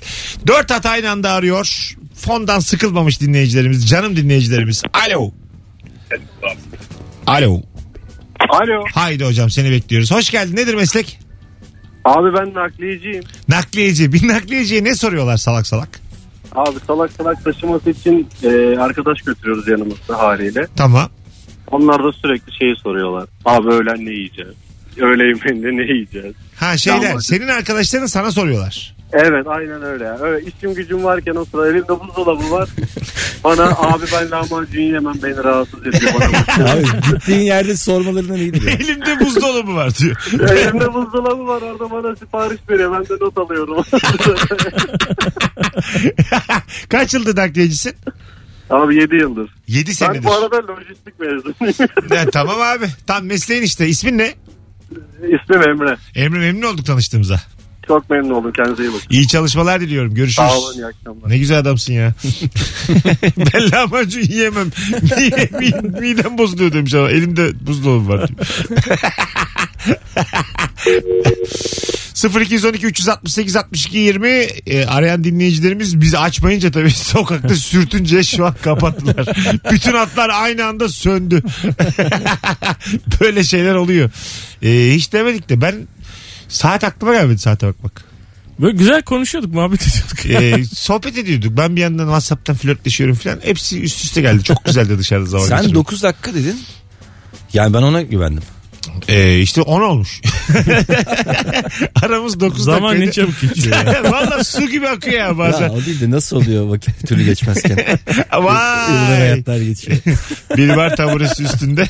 Speaker 2: Dört hat aynı anda arıyor. Fondan sıkılmamış dinleyicilerimiz, canım dinleyicilerimiz. Alo. Alo.
Speaker 6: Alo.
Speaker 2: Haydi hocam seni bekliyoruz. Hoş geldin. Nedir meslek?
Speaker 6: Abi ben nakliyeciyim.
Speaker 2: Nakliyeci. Bir nakliyeciye ne soruyorlar salak salak?
Speaker 6: Abi salak salak taşıması için e, arkadaş götürüyoruz yanımızda haliyle.
Speaker 2: Tamam.
Speaker 6: Onlar da sürekli şeyi soruyorlar. Abi öğlen ne yiyeceğiz?
Speaker 9: öğle yemeğinde ne yiyeceğiz?
Speaker 2: Ha şeyler
Speaker 9: Tamam.
Speaker 2: senin arkadaşların sana soruyorlar.
Speaker 9: Evet aynen öyle. ya. Öyle işim gücüm varken o sırada elimde buzdolabı var. Bana abi ben lahmacun yemem beni rahatsız ediyor. Bana bak.
Speaker 4: Abi gittiğin yerde sormalarından iyidir.
Speaker 2: (laughs)
Speaker 4: ya.
Speaker 2: Elimde buzdolabı var diyor.
Speaker 9: elimde buzdolabı var orada bana sipariş veriyor. Ben de not
Speaker 10: (laughs)
Speaker 9: alıyorum.
Speaker 2: (laughs) Kaç yıldır nakliyecisin?
Speaker 9: abi 7 yıldır.
Speaker 2: 7
Speaker 9: Ben
Speaker 2: senedir.
Speaker 9: bu arada lojistik mezunuyum.
Speaker 2: Ya, tamam abi. Tam mesleğin işte. İsmin ne?
Speaker 9: İsmim Emre.
Speaker 2: Emre memnun olduk tanıştığımıza.
Speaker 9: Çok memnun oldum. Kendinize iyi bakın.
Speaker 2: İyi çalışmalar diliyorum. Görüşürüz.
Speaker 9: Sağ olun iyi
Speaker 10: (laughs)
Speaker 9: akşamlar.
Speaker 2: Ne güzel adamsın ya. ben lahmacun yiyemem. Niye? Mi- Midem bozuluyor demiş ama elimde buzdolabı var. 0212 368 62 20 e, arayan dinleyicilerimiz bizi açmayınca tabii (laughs) sokakta sürtünce şu an kapattılar. Bütün hatlar aynı anda söndü. (laughs) Böyle şeyler oluyor. E, hiç demedik de ben saat aklıma gelmedi saate bakmak.
Speaker 3: Böyle güzel konuşuyorduk muhabbet ediyorduk.
Speaker 2: Ee, sohbet ediyorduk. Ben bir yandan WhatsApp'tan flörtleşiyorum falan. Hepsi üst üste geldi. Çok güzeldi dışarıda zaman
Speaker 4: Sen
Speaker 2: geçirmek.
Speaker 4: 9 dakika dedin. Yani ben ona güvendim.
Speaker 2: Ee, işte 10 olmuş. Aramız 9
Speaker 3: Zaman ne
Speaker 2: dakikaydı.
Speaker 3: çabuk geçiyor. ya.
Speaker 2: (laughs) Valla su gibi akıyor ya
Speaker 4: Ya,
Speaker 2: bazen.
Speaker 4: o değil de nasıl oluyor vakit bir türlü geçmezken.
Speaker 3: (laughs)
Speaker 4: Yıllar
Speaker 2: Vay.
Speaker 4: hayatlar geçiyor.
Speaker 2: bir var taburesi
Speaker 4: (laughs)
Speaker 2: üstünde.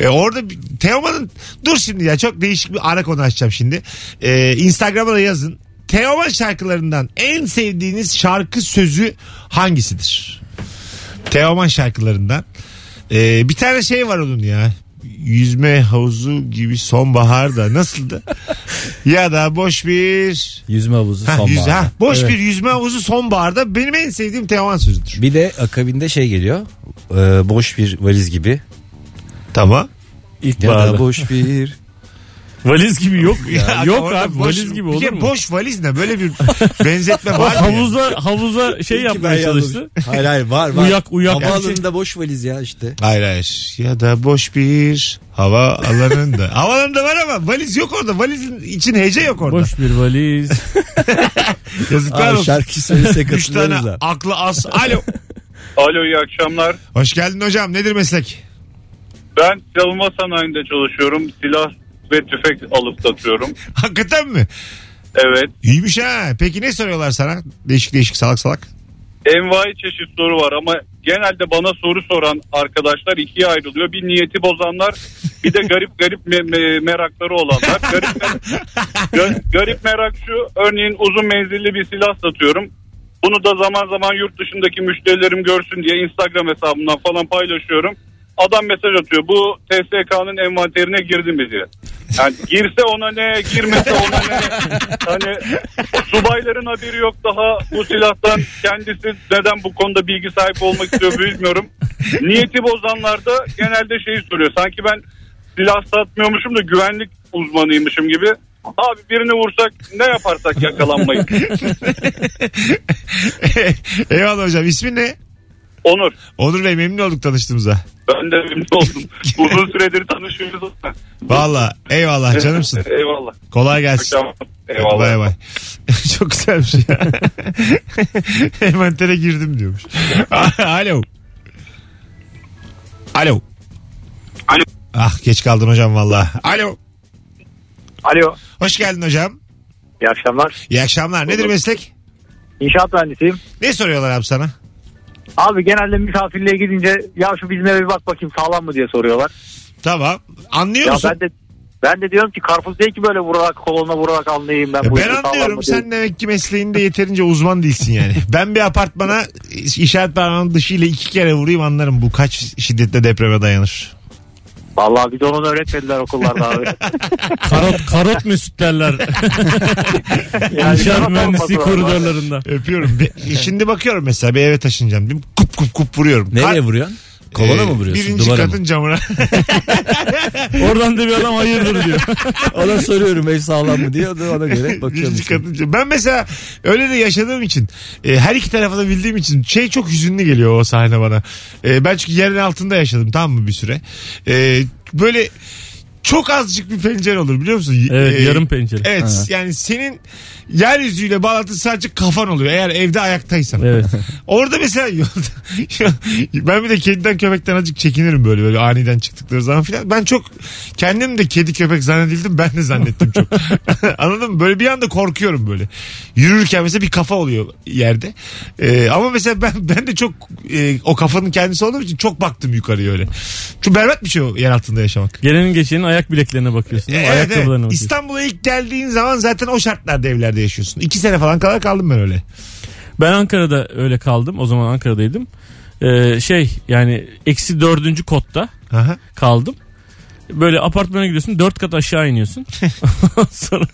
Speaker 2: e orada bir- Teoman'ın dur şimdi ya çok değişik bir ara konu açacağım şimdi. E, Instagram'a da yazın. Teoman şarkılarından en sevdiğiniz şarkı sözü hangisidir? Teoman şarkılarından. E, bir tane şey var onun ya. Yüzme havuzu gibi sonbaharda nasıldı? ya da boş bir
Speaker 4: Yüzme havuzu
Speaker 2: Ha,
Speaker 4: sonbahar.
Speaker 2: yüz- ha, boş
Speaker 4: Evet.
Speaker 2: bir yüzme havuzu sonbaharda benim en sevdiğim Teoman sözüdür.
Speaker 4: Bir de akabinde şey geliyor. Ee, boş bir valiz gibi.
Speaker 2: Tamam.
Speaker 4: Ya da
Speaker 3: İlkbaharda.
Speaker 4: boş bir
Speaker 3: Valiz gibi yok (laughs) ya.
Speaker 2: (laughs) Ya
Speaker 3: yok
Speaker 2: orada
Speaker 3: abi
Speaker 2: boş-
Speaker 3: valiz gibi
Speaker 2: bir
Speaker 3: olur
Speaker 2: kere
Speaker 3: mu?
Speaker 2: boş valiz ne
Speaker 3: (laughs)
Speaker 2: böyle bir benzetme
Speaker 3: O
Speaker 2: var mı?
Speaker 3: havuza, havuza şey
Speaker 4: İyi ki ben
Speaker 3: yapmaya
Speaker 4: yazdım.
Speaker 3: çalıştı.
Speaker 4: Hayır hayır var var.
Speaker 3: Uyak, uyak.
Speaker 4: Havaalanında boş valiz ya işte.
Speaker 2: Hayır hayır. Ya da boş bir hava
Speaker 3: (laughs)
Speaker 2: alanında. Havalarında var ama valiz yok orada. Valizin için hece yok orada.
Speaker 3: Boş bir
Speaker 2: (laughs)
Speaker 3: valiz.
Speaker 2: Yazıklar
Speaker 4: Abi
Speaker 2: olsun.
Speaker 4: şarkı söylese
Speaker 2: Üç tane
Speaker 4: katılırız ha.
Speaker 2: aklı
Speaker 3: (laughs)
Speaker 2: az. Alo.
Speaker 9: Alo iyi akşamlar.
Speaker 2: Hoş geldin hocam. Nedir meslek? (laughs)
Speaker 9: Ben savunma sanayinde çalışıyorum. Silah ve tüfek alıp satıyorum.
Speaker 2: Hakikaten mi?
Speaker 9: Evet.
Speaker 2: İyiymiş ha. Peki ne soruyorlar sana? Değişik değişik salak salak. (laughs)
Speaker 9: Envai çeşit soru var ama genelde bana soru soran arkadaşlar ikiye ayrılıyor. Bir niyeti bozanlar bir de garip garip me- me- merakları olanlar. Garip, mer- Ga- garip merak şu örneğin uzun menzilli bir silah satıyorum. Bunu da zaman zaman yurt dışındaki müşterilerim görsün diye Instagram hesabımdan falan paylaşıyorum. Adam mesaj atıyor bu TSK'nın envanterine girdi mi diye. Yani girse ona ne girmese ona ne. Hani subayların haberi yok daha bu silahtan kendisi neden bu konuda bilgi sahibi olmak istiyor bilmiyorum. Niyeti bozanlarda genelde şeyi soruyor. Sanki ben silah satmıyormuşum da güvenlik uzmanıymışım gibi. Abi birini vursak ne yaparsak yakalanmayız.
Speaker 2: Eyvallah hocam. İsmin ne?
Speaker 9: Onur
Speaker 2: Onur Bey memnun olduk tanıştığımıza.
Speaker 9: ben de memnun oldum. Uzun süredir tanışıyoruz.
Speaker 2: Valla eyvallah canımsın.
Speaker 9: (laughs) Eyvallah.
Speaker 2: Kolay gelsin.
Speaker 9: Eyvallah.
Speaker 2: Bay (laughs) bay. Çok güzelmiş ya. (laughs) Envantere girdim diyormuş. (laughs) Alo. Alo.
Speaker 9: Alo.
Speaker 2: Ah geç kaldın hocam valla. Alo.
Speaker 9: Alo.
Speaker 2: Hoş geldin hocam.
Speaker 9: İyi akşamlar.
Speaker 2: İyi akşamlar. Nedir
Speaker 9: Olur.
Speaker 2: meslek?
Speaker 9: İnşaat mühendisiyim.
Speaker 2: Ne soruyorlar abi sana?
Speaker 9: Abi genelde misafirliğe gidince ya şu bizim eve bir bak bakayım sağlam mı diye soruyorlar.
Speaker 2: Tamam. Anlıyor
Speaker 9: Ya
Speaker 2: musun?
Speaker 9: ben de ben de diyorum ki karpuz değil ki böyle vurarak kolona vurarak anlayayım ben.
Speaker 2: Ya
Speaker 9: bu işi
Speaker 2: E ben
Speaker 9: sağlam
Speaker 2: anlıyorum
Speaker 9: mı diye.
Speaker 2: sen demek ki mesleğinde yeterince uzman değilsin yani. Ben bir apartmana işaret parmağının dışıyla iki kere vurayım anlarım bu kaç şiddetle depreme dayanır.
Speaker 9: Vallahi biz onu öğretmediler okullarda abi.
Speaker 3: Karot, karot mesut
Speaker 2: (laughs)
Speaker 3: derler.
Speaker 9: Yani
Speaker 3: İnşaat
Speaker 9: sana
Speaker 3: mühendisliği
Speaker 9: sormadılar.
Speaker 3: koridorlarında.
Speaker 2: Öpüyorum. Bir- Şimdi bakıyorum mesela bir eve taşınacağım. Bir kup kup kup vuruyorum.
Speaker 4: Nereye
Speaker 2: Kar-
Speaker 4: vuruyorsun? Kolona
Speaker 2: Ee,
Speaker 4: mı vuruyorsun?
Speaker 2: Birinci
Speaker 4: Duvara
Speaker 2: katın
Speaker 4: mı?
Speaker 2: camına.
Speaker 3: Oradan da bir adam hayırdır
Speaker 2: (laughs)
Speaker 3: diyor.
Speaker 4: Ona soruyorum ev sağlam mı diye. O da Ona göre bakıyorum.
Speaker 2: birinci katın camına. Ben mesela öyle de yaşadığım için e, her iki tarafı da bildiğim için şey çok hüzünlü geliyor o sahne bana. E, ben çünkü yerin altında yaşadım tamam mı bir süre. E, böyle çok azıcık bir pencere olur biliyor musun?
Speaker 3: Evet
Speaker 2: Ee,
Speaker 3: yarım pencere.
Speaker 2: Evet yani senin yeryüzüyle bağlantın sadece kafan oluyor eğer evde ayaktaysan.
Speaker 3: Evet.
Speaker 2: Orada mesela yolda (laughs) ben bir de kediden köpekten azıcık çekinirim böyle böyle aniden çıktıkları zaman filan. Ben çok kendim de kedi köpek zannedildim ben de zannettim çok. (laughs) Anladın mı? Böyle bir anda korkuyorum böyle. Yürürken mesela bir kafa oluyor yerde. Ee, ama mesela ben (laughs) ben de çok e, o kafanın kendisi olduğum için çok baktım yukarıya öyle. Çok berbat bir şey o yer altında yaşamak.
Speaker 3: Gelenin geçenin ayak bileklerine bakıyorsun. değil mi?
Speaker 2: Evet,
Speaker 3: Ayakkabılarına
Speaker 2: evet.
Speaker 3: bakıyorsun.
Speaker 2: İstanbul'a ilk geldiğin zaman zaten o şartlarda evlerde yaşıyorsun. İki sene falan kadar kaldım ben öyle.
Speaker 3: Ben Ankara'da öyle kaldım. O zaman Ankara'daydım. Ee, şey yani eksi dördüncü kotta
Speaker 2: Aha.
Speaker 3: kaldım. Böyle apartmana gidiyorsun dört kat aşağı iniyorsun. sonra,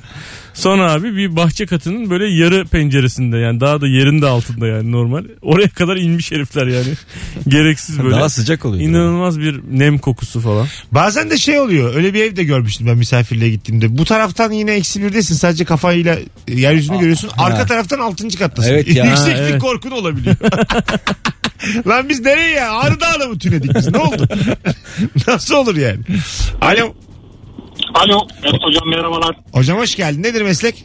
Speaker 3: sonra abi bir bahçe katının böyle yarı penceresinde yani daha da yerin de altında yani normal. Oraya kadar inmiş herifler yani. Gereksiz böyle.
Speaker 4: Daha sıcak oluyor.
Speaker 3: İnanılmaz bir nem kokusu falan.
Speaker 2: Bazen de şey oluyor. Öyle bir evde görmüştüm ben misafirliğe gittiğimde. Bu taraftan yine eksi birdesin. Sadece kafayla e, yeryüzünü görüyorsun. Arka taraftan altıncı kattasın.
Speaker 4: Evet ya,
Speaker 2: Yükseklik
Speaker 3: evet.
Speaker 2: korkun olabiliyor. (laughs) Lan biz nereye ya? Ağrı Dağı'na mı tünedik biz? Ne oldu? (laughs) Nasıl olur yani? Alo.
Speaker 11: Alo evet hocam merhabalar.
Speaker 2: Hocam hoş geldin. Nedir meslek?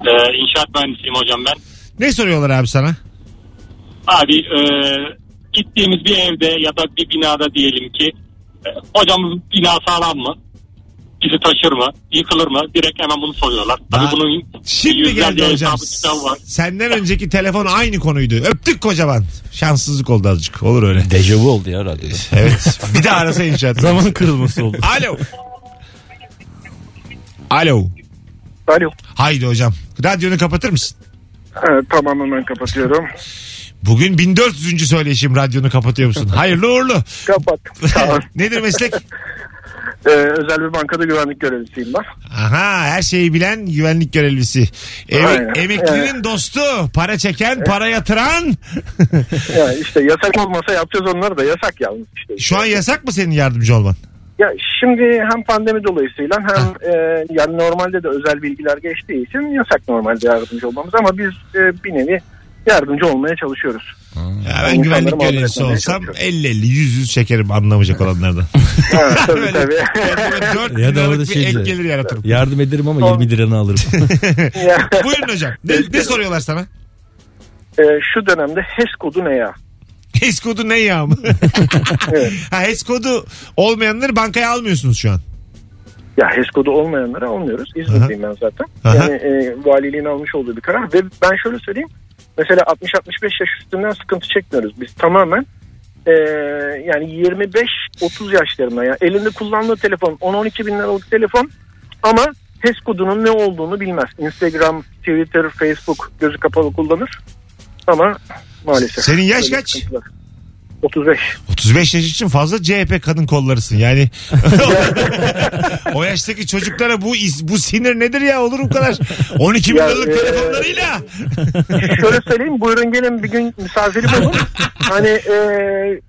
Speaker 11: Ee, inşaat mühendisiyim hocam ben.
Speaker 2: Ne soruyorlar abi sana?
Speaker 11: Abi e, gittiğimiz bir evde (laughs) ya da bir binada diyelim ki e, hocamız bina sağlam mı? Bizi taşır mı? Yıkılır mı? Direkt hemen bunu soruyorlar.
Speaker 2: Daha-
Speaker 11: Tabii bunun
Speaker 2: Şimdi
Speaker 11: yüzlerce
Speaker 2: geldi hocam.
Speaker 11: hesabı kitabı var.
Speaker 2: Senden önceki telefon aynı konuydu. Öptük kocaman. Şanssızlık oldu azıcık. Olur öyle.
Speaker 4: Dejavu oldu ya radyoda.
Speaker 2: Evet. Bir de arasa inşaat.
Speaker 3: Zaman kırılması
Speaker 2: (laughs)
Speaker 3: oldu.
Speaker 2: Alo. Alo.
Speaker 10: Alo.
Speaker 2: Haydi hocam. Radyonu kapatır mısın?
Speaker 10: tamam hemen kapatıyorum.
Speaker 2: Bugün 1400. söyleşim radyonu kapatıyor musun? Hayırlı uğurlu.
Speaker 10: Kapat.
Speaker 9: (laughs)
Speaker 2: (laughs) Nedir meslek?
Speaker 10: Ee, özel bir bankada güvenlik görevlisiyim ben.
Speaker 2: Aha her şeyi bilen güvenlik görevlisi. Emek-
Speaker 10: Aynen.
Speaker 2: emeklinin dostu. Para çeken, para yatıran.
Speaker 10: Ya işte yasak olmasa yapacağız onları da yasak yalnız işte.
Speaker 2: Şu an yasak mı senin yardımcı olman?
Speaker 10: Ya şimdi hem pandemi dolayısıyla hem e, yani normalde de özel bilgiler geçtiği için yasak normalde yardımcı olmamız ama biz e, bir nevi yardımcı olmaya
Speaker 2: (laughs)
Speaker 10: çalışıyoruz.
Speaker 2: Ya ben
Speaker 10: İnsanları
Speaker 2: güvenlik
Speaker 10: mağdur
Speaker 2: görevlisi
Speaker 10: etmemeye
Speaker 2: olsam
Speaker 10: çalışıyorum.
Speaker 2: 50-50 100 100 çekerim
Speaker 10: (laughs)
Speaker 2: anlamayacak olanlardan.
Speaker 10: Ha, tabii
Speaker 2: Böyle.
Speaker 10: tabii.
Speaker 2: Kendime 4
Speaker 4: Ya da
Speaker 2: liralık
Speaker 4: orada
Speaker 2: bir
Speaker 4: şey
Speaker 2: ek
Speaker 4: güzel.
Speaker 2: gelir yaratırım.
Speaker 4: Yardım ederim ama 20 liranı alırım.
Speaker 10: Ya,
Speaker 2: (laughs) Buyurun hocam. Ne, ne soruyorlar sana? (laughs)
Speaker 10: e, şu dönemde HES kodu ne ya?
Speaker 2: HES kodu
Speaker 10: (laughs)
Speaker 2: ne ya?
Speaker 10: Evet.
Speaker 2: ha, HES kodu olmayanları bankaya almıyorsunuz şu an.
Speaker 10: Ya HES kodu olmayanları almıyoruz. İzmir'deyim ben zaten.
Speaker 2: Aha.
Speaker 10: Yani e, valiliğin almış olduğu bir karar. Ve ben şöyle söyleyeyim. Mesela 60-65 yaş üstünden sıkıntı çekmiyoruz. Biz tamamen e, yani 25-30 yaşlarında. Yani elinde kullandığı telefon 10-12 bin liralık telefon ama HES kodunun ne olduğunu bilmez. Instagram, Twitter, Facebook gözü kapalı kullanır. Ama maalesef.
Speaker 2: Senin yaş
Speaker 10: böyle
Speaker 2: kaç?
Speaker 10: sıkıntılar. 35.
Speaker 2: 35 yaş için fazla CHP kadın
Speaker 10: (laughs)
Speaker 2: kollarısın yani. (laughs) o yaştaki çocuklara bu is- bu sinir nedir ya olur
Speaker 10: (laughs)
Speaker 2: o kadar. 12 bin
Speaker 10: Ya,
Speaker 2: liralık
Speaker 10: e,
Speaker 2: telefonlarıyla.
Speaker 10: Şöyle söyleyeyim buyurun gelin bir gün misafirim olun. Hani e,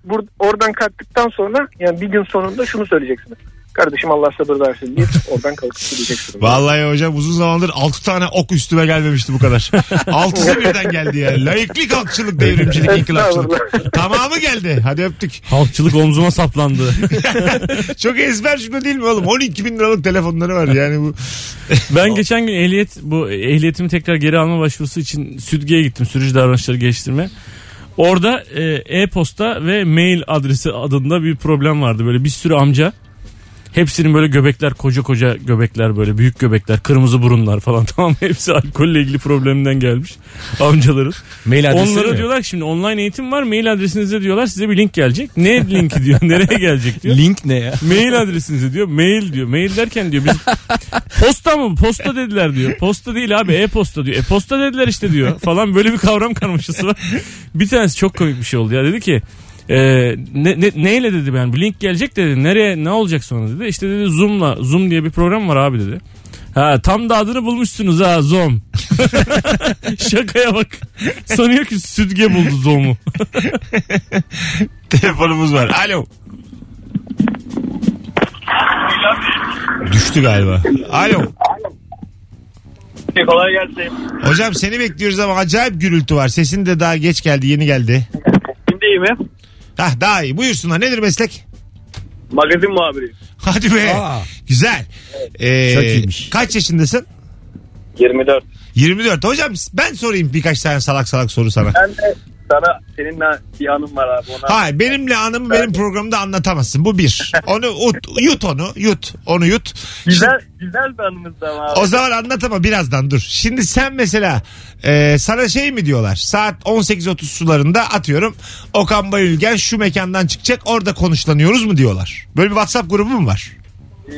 Speaker 10: bur- oradan kalktıktan sonra yani bir gün sonunda şunu söyleyeceksiniz. Kardeşim Allah sabır versin deyip oradan kalkıp gideceksiniz.
Speaker 2: Vallahi hocam uzun zamandır 6 tane ok üstüme gelmemişti bu (laughs) kadar. 6'sı birden geldi ya. Layıklık halkçılık, devrimcilik, inkılapçılık. Tamamı geldi. Hadi öptük.
Speaker 3: Halkçılık omzuma saplandı.
Speaker 2: Çok ezber şunu değil mi oğlum? 12 bin liralık telefonları var yani bu.
Speaker 3: Ben geçen gün ehliyet bu ehliyetimi tekrar geri alma başvurusu için südgeye gittim. Sürücü davranışları geliştirme. Orada e, e-posta ve mail adresi adında bir problem vardı. Böyle bir sürü amca. Hepsinin böyle göbekler koca koca göbekler böyle büyük göbekler kırmızı burunlar falan (laughs) tamam mı? hepsi alkolle ilgili probleminden gelmiş amcaların.
Speaker 4: Mail (laughs) adresi
Speaker 3: Onlara
Speaker 4: mi?
Speaker 3: diyorlar ki şimdi online eğitim var mail adresinize diyorlar size bir link gelecek. Ne linki diyor (laughs) nereye gelecek diyor.
Speaker 4: Link ne ya?
Speaker 3: Mail adresinizi diyor. Mail diyor. Mail derken diyor biz posta mı? Posta dediler diyor. Posta değil abi e-posta diyor. E-posta dediler işte diyor falan böyle bir kavram karmaşası var. Bir tanesi çok komik bir şey oldu ya. Dedi ki e, ne, ne- neyle dedi ben bu link gelecek dedi. Nereye ne olacak sonra dedi. İşte dedi Zoom'la Zoom diye bir program var abi dedi. Ha tam da adını bulmuşsunuz ha Zoom. (laughs) Şakaya bak. Sanıyor ki südge buldu Zoom'u.
Speaker 2: (laughs) Telefonumuz var. Alo. Düştü galiba. Alo.
Speaker 11: Kolay gelsin.
Speaker 2: Hocam seni bekliyoruz ama acayip gürültü var. Sesin de daha geç geldi, yeni geldi.
Speaker 11: Şimdi iyi mi?
Speaker 2: Hah daha iyi. Buyursunlar. Nedir meslek?
Speaker 11: Magazin muhabiriyim.
Speaker 2: Hadi be.
Speaker 4: Aa.
Speaker 2: Güzel. Ee,
Speaker 4: Çok iyiymiş.
Speaker 2: Kaç yaşındasın?
Speaker 11: 24.
Speaker 2: 24. Hocam ben sorayım birkaç tane salak salak soru sana.
Speaker 11: Ben de sana seninle bir anım var abi. Ona...
Speaker 2: Hayır benimle anımı benim programda anlatamazsın. Bu bir. Onu ut- yut onu yut. Onu yut.
Speaker 11: Güzel, güzel bir anımız da var.
Speaker 2: O zaman anlat ama birazdan dur. Şimdi sen mesela e, sana şey mi diyorlar? Saat 18.30 sularında atıyorum Okan Bayülgen şu mekandan çıkacak orada konuşlanıyoruz mu diyorlar? Böyle bir WhatsApp grubu mu var?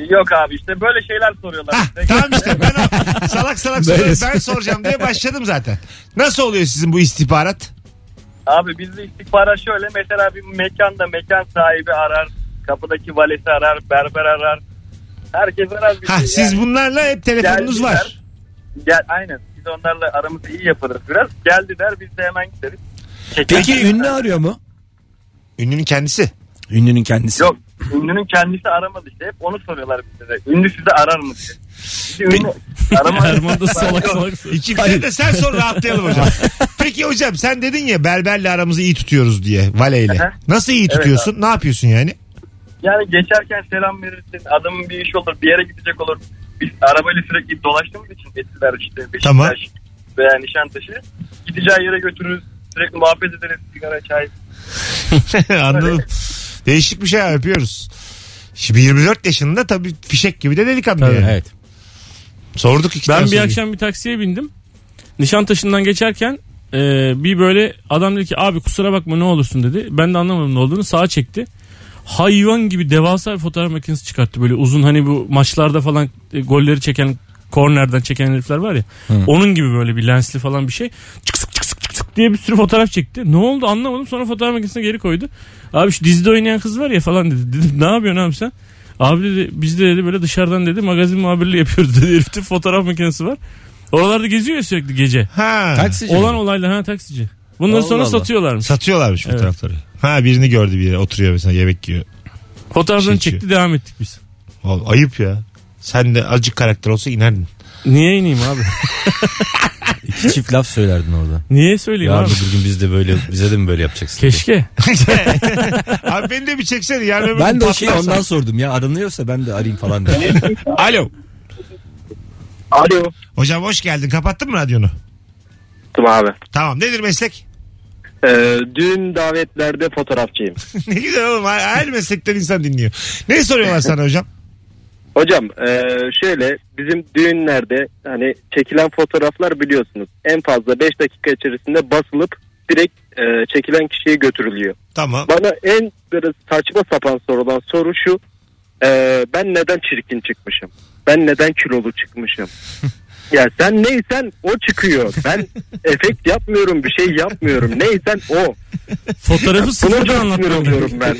Speaker 11: Yok abi işte böyle şeyler soruyorlar.
Speaker 2: Hah,
Speaker 11: işte.
Speaker 2: tamam işte ben o- salak salak soruyorum. Ben soracağım diye başladım zaten. Nasıl oluyor sizin bu istihbarat?
Speaker 11: Abi bizde istihbarat şöyle mesela bir mekanda mekan sahibi arar. Kapıdaki valesi arar, berber arar. Herkes arar. bizi.
Speaker 2: Ha, siz
Speaker 11: Yani
Speaker 2: bunlarla hep telefonunuz
Speaker 11: geldiler,
Speaker 2: var.
Speaker 11: Gel, aynen. Biz onlarla aramızı iyi yaparız biraz. Geldi der biz de hemen gideriz.
Speaker 4: Peki ünlü arıyor mu?
Speaker 2: Ünlünün kendisi.
Speaker 4: Ünlünün kendisi.
Speaker 11: Yok ünlünün kendisi aramadı işte. Hep onu soruyorlar bize de. Ünlü sizi arar mı diye. Bizi ünlü
Speaker 3: (laughs)
Speaker 11: aramaz.
Speaker 3: Erman da salak salak. soruyor.
Speaker 2: İkincisi de sen sonra rahatlayalım
Speaker 11: (laughs)
Speaker 2: hocam. Peki hocam sen dedin ya berberle aramızı iyi tutuyoruz diye valeyle.
Speaker 11: Aha.
Speaker 2: Nasıl iyi
Speaker 11: Evet
Speaker 2: tutuyorsun? ne yapıyorsun yani? (laughs)
Speaker 11: Yani geçerken selam verirsin. Adamın bir iş olur. Bir yere gidecek olur. Biz arabayla sürekli dolaştığımız için Etiler işte Beşiktaş
Speaker 2: Tamam.
Speaker 11: veya Nişantaşı. Gideceği yere götürürüz. Sürekli muhabbet ederiz. Sigara, çay.
Speaker 2: Anladım. Değişik bir şey abi, öpüyoruz. Şimdi 24 yaşında tabii fişek gibi de delikanlı yani.
Speaker 4: Evet.
Speaker 2: Sorduk iki tane
Speaker 3: Ben bir
Speaker 2: soruyu.
Speaker 3: akşam bir taksiye bindim. Nişantaşı'ndan geçerken e, bir böyle adam dedi ki abi kusura bakma ne olursun dedi. Ben de anlamadım ne olduğunu sağa çekti. Hayvan gibi devasa bir fotoğraf makinesi çıkarttı. Böyle uzun hani bu maçlarda falan e, golleri çeken kornerden çeken herifler var ya. Onun gibi böyle bir lensli falan bir şey. Çıksık çıksık çıksık diye bir sürü fotoğraf çekti. Ne oldu anlamadım sonra fotoğraf makinesine geri koydu. Abi şu dizide oynayan kız var ya falan dedi. (laughs) Dedim ne yapıyorsun abi sen? Abi dedi biz de dedi böyle dışarıdan dedi magazin muhabirliği yapıyoruz dedi. (laughs) Herifte fotoğraf makinesi var. Oralarda geziyor ya sürekli gece.
Speaker 2: Ha.
Speaker 4: Taksici
Speaker 3: Olan
Speaker 4: mi?
Speaker 3: olaylar ha taksici. Bunları
Speaker 4: Allah
Speaker 3: sonra
Speaker 4: Allah.
Speaker 3: satıyorlarmış.
Speaker 2: Satıyorlarmış
Speaker 3: Evet.
Speaker 2: fotoğrafları. Ha birini gördü bir yere oturuyor mesela yemek yiyor.
Speaker 3: Fotoğraflarını
Speaker 2: Şey
Speaker 3: çekti devam ettik biz.
Speaker 2: Vallahi ayıp ya. Sen de acık karakter olsa inerdin.
Speaker 3: Niye ineyim
Speaker 4: (laughs)
Speaker 3: abi?
Speaker 4: İki çift laf söylerdin orada.
Speaker 3: Niye söyleyeyim
Speaker 4: Yarın
Speaker 3: abi?
Speaker 4: bir gün biz de böyle bize de mi böyle yapacaksın? (laughs)
Speaker 3: Keşke.
Speaker 2: Abi beni de bir çeksene. Yani öbür gün
Speaker 4: Ben de o şeyi
Speaker 2: patlarsan.
Speaker 4: ondan sordum ya aranıyorsa ben de arayayım falan diye.
Speaker 2: Alo.
Speaker 8: Alo.
Speaker 2: Hocam hoş geldin. Kapattın mı radyonu?
Speaker 8: Tamam abi.
Speaker 2: Tamam. Nedir meslek? (laughs)
Speaker 8: Ee, düğün davetlerde fotoğrafçıyım.
Speaker 2: ne güzel oğlum. Her, her meslekten insan dinliyor. Ne soruyorlar sana hocam?
Speaker 8: Hocam ee, şöyle bizim düğünlerde hani çekilen fotoğraflar biliyorsunuz en fazla 5 dakika içerisinde basılıp direkt ee, çekilen kişiye götürülüyor.
Speaker 2: Tamam.
Speaker 8: Bana en böyle saçma sapan sorulan soru şu. ee, ben neden çirkin çıkmışım? Ben neden kilolu çıkmışım? ya sen neysen o çıkıyor. Ben efekt yapmıyorum, bir şey yapmıyorum. Neysen o.
Speaker 3: Fotoğrafı
Speaker 8: Buna
Speaker 3: sıfırdan
Speaker 8: çok sinir
Speaker 3: anlatmam
Speaker 8: oluyorum ben.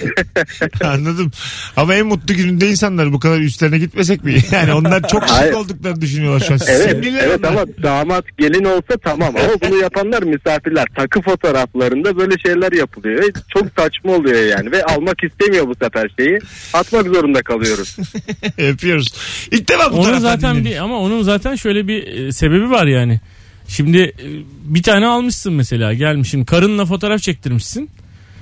Speaker 2: Anladım. Ama en mutlu gününde insanlar bu kadar üstlerine gitmesek mi? (laughs) Yani onlar çok şık
Speaker 8: Hayır.
Speaker 2: olduklarını düşünüyorlar şu an.
Speaker 8: evet,
Speaker 2: Sinirliler
Speaker 8: evet
Speaker 2: onlar.
Speaker 8: ama damat gelin olsa tamam. Ama bunu yapanlar misafirler. Takı fotoğraflarında böyle şeyler yapılıyor. Ve Çok saçma oluyor yani. Ve almak istemiyor bu sefer şeyi. Atmak zorunda
Speaker 5: (laughs)
Speaker 8: kalıyoruz.
Speaker 2: (laughs) Öpüyoruz. İlk defa bu
Speaker 3: onun
Speaker 2: taraftan
Speaker 3: zaten
Speaker 2: dinledim.
Speaker 3: bir, ama onun zaten şöyle bir e, sebebi var yani. Şimdi e, bir tane almışsın mesela gelmişsin karınla fotoğraf çektirmişsin.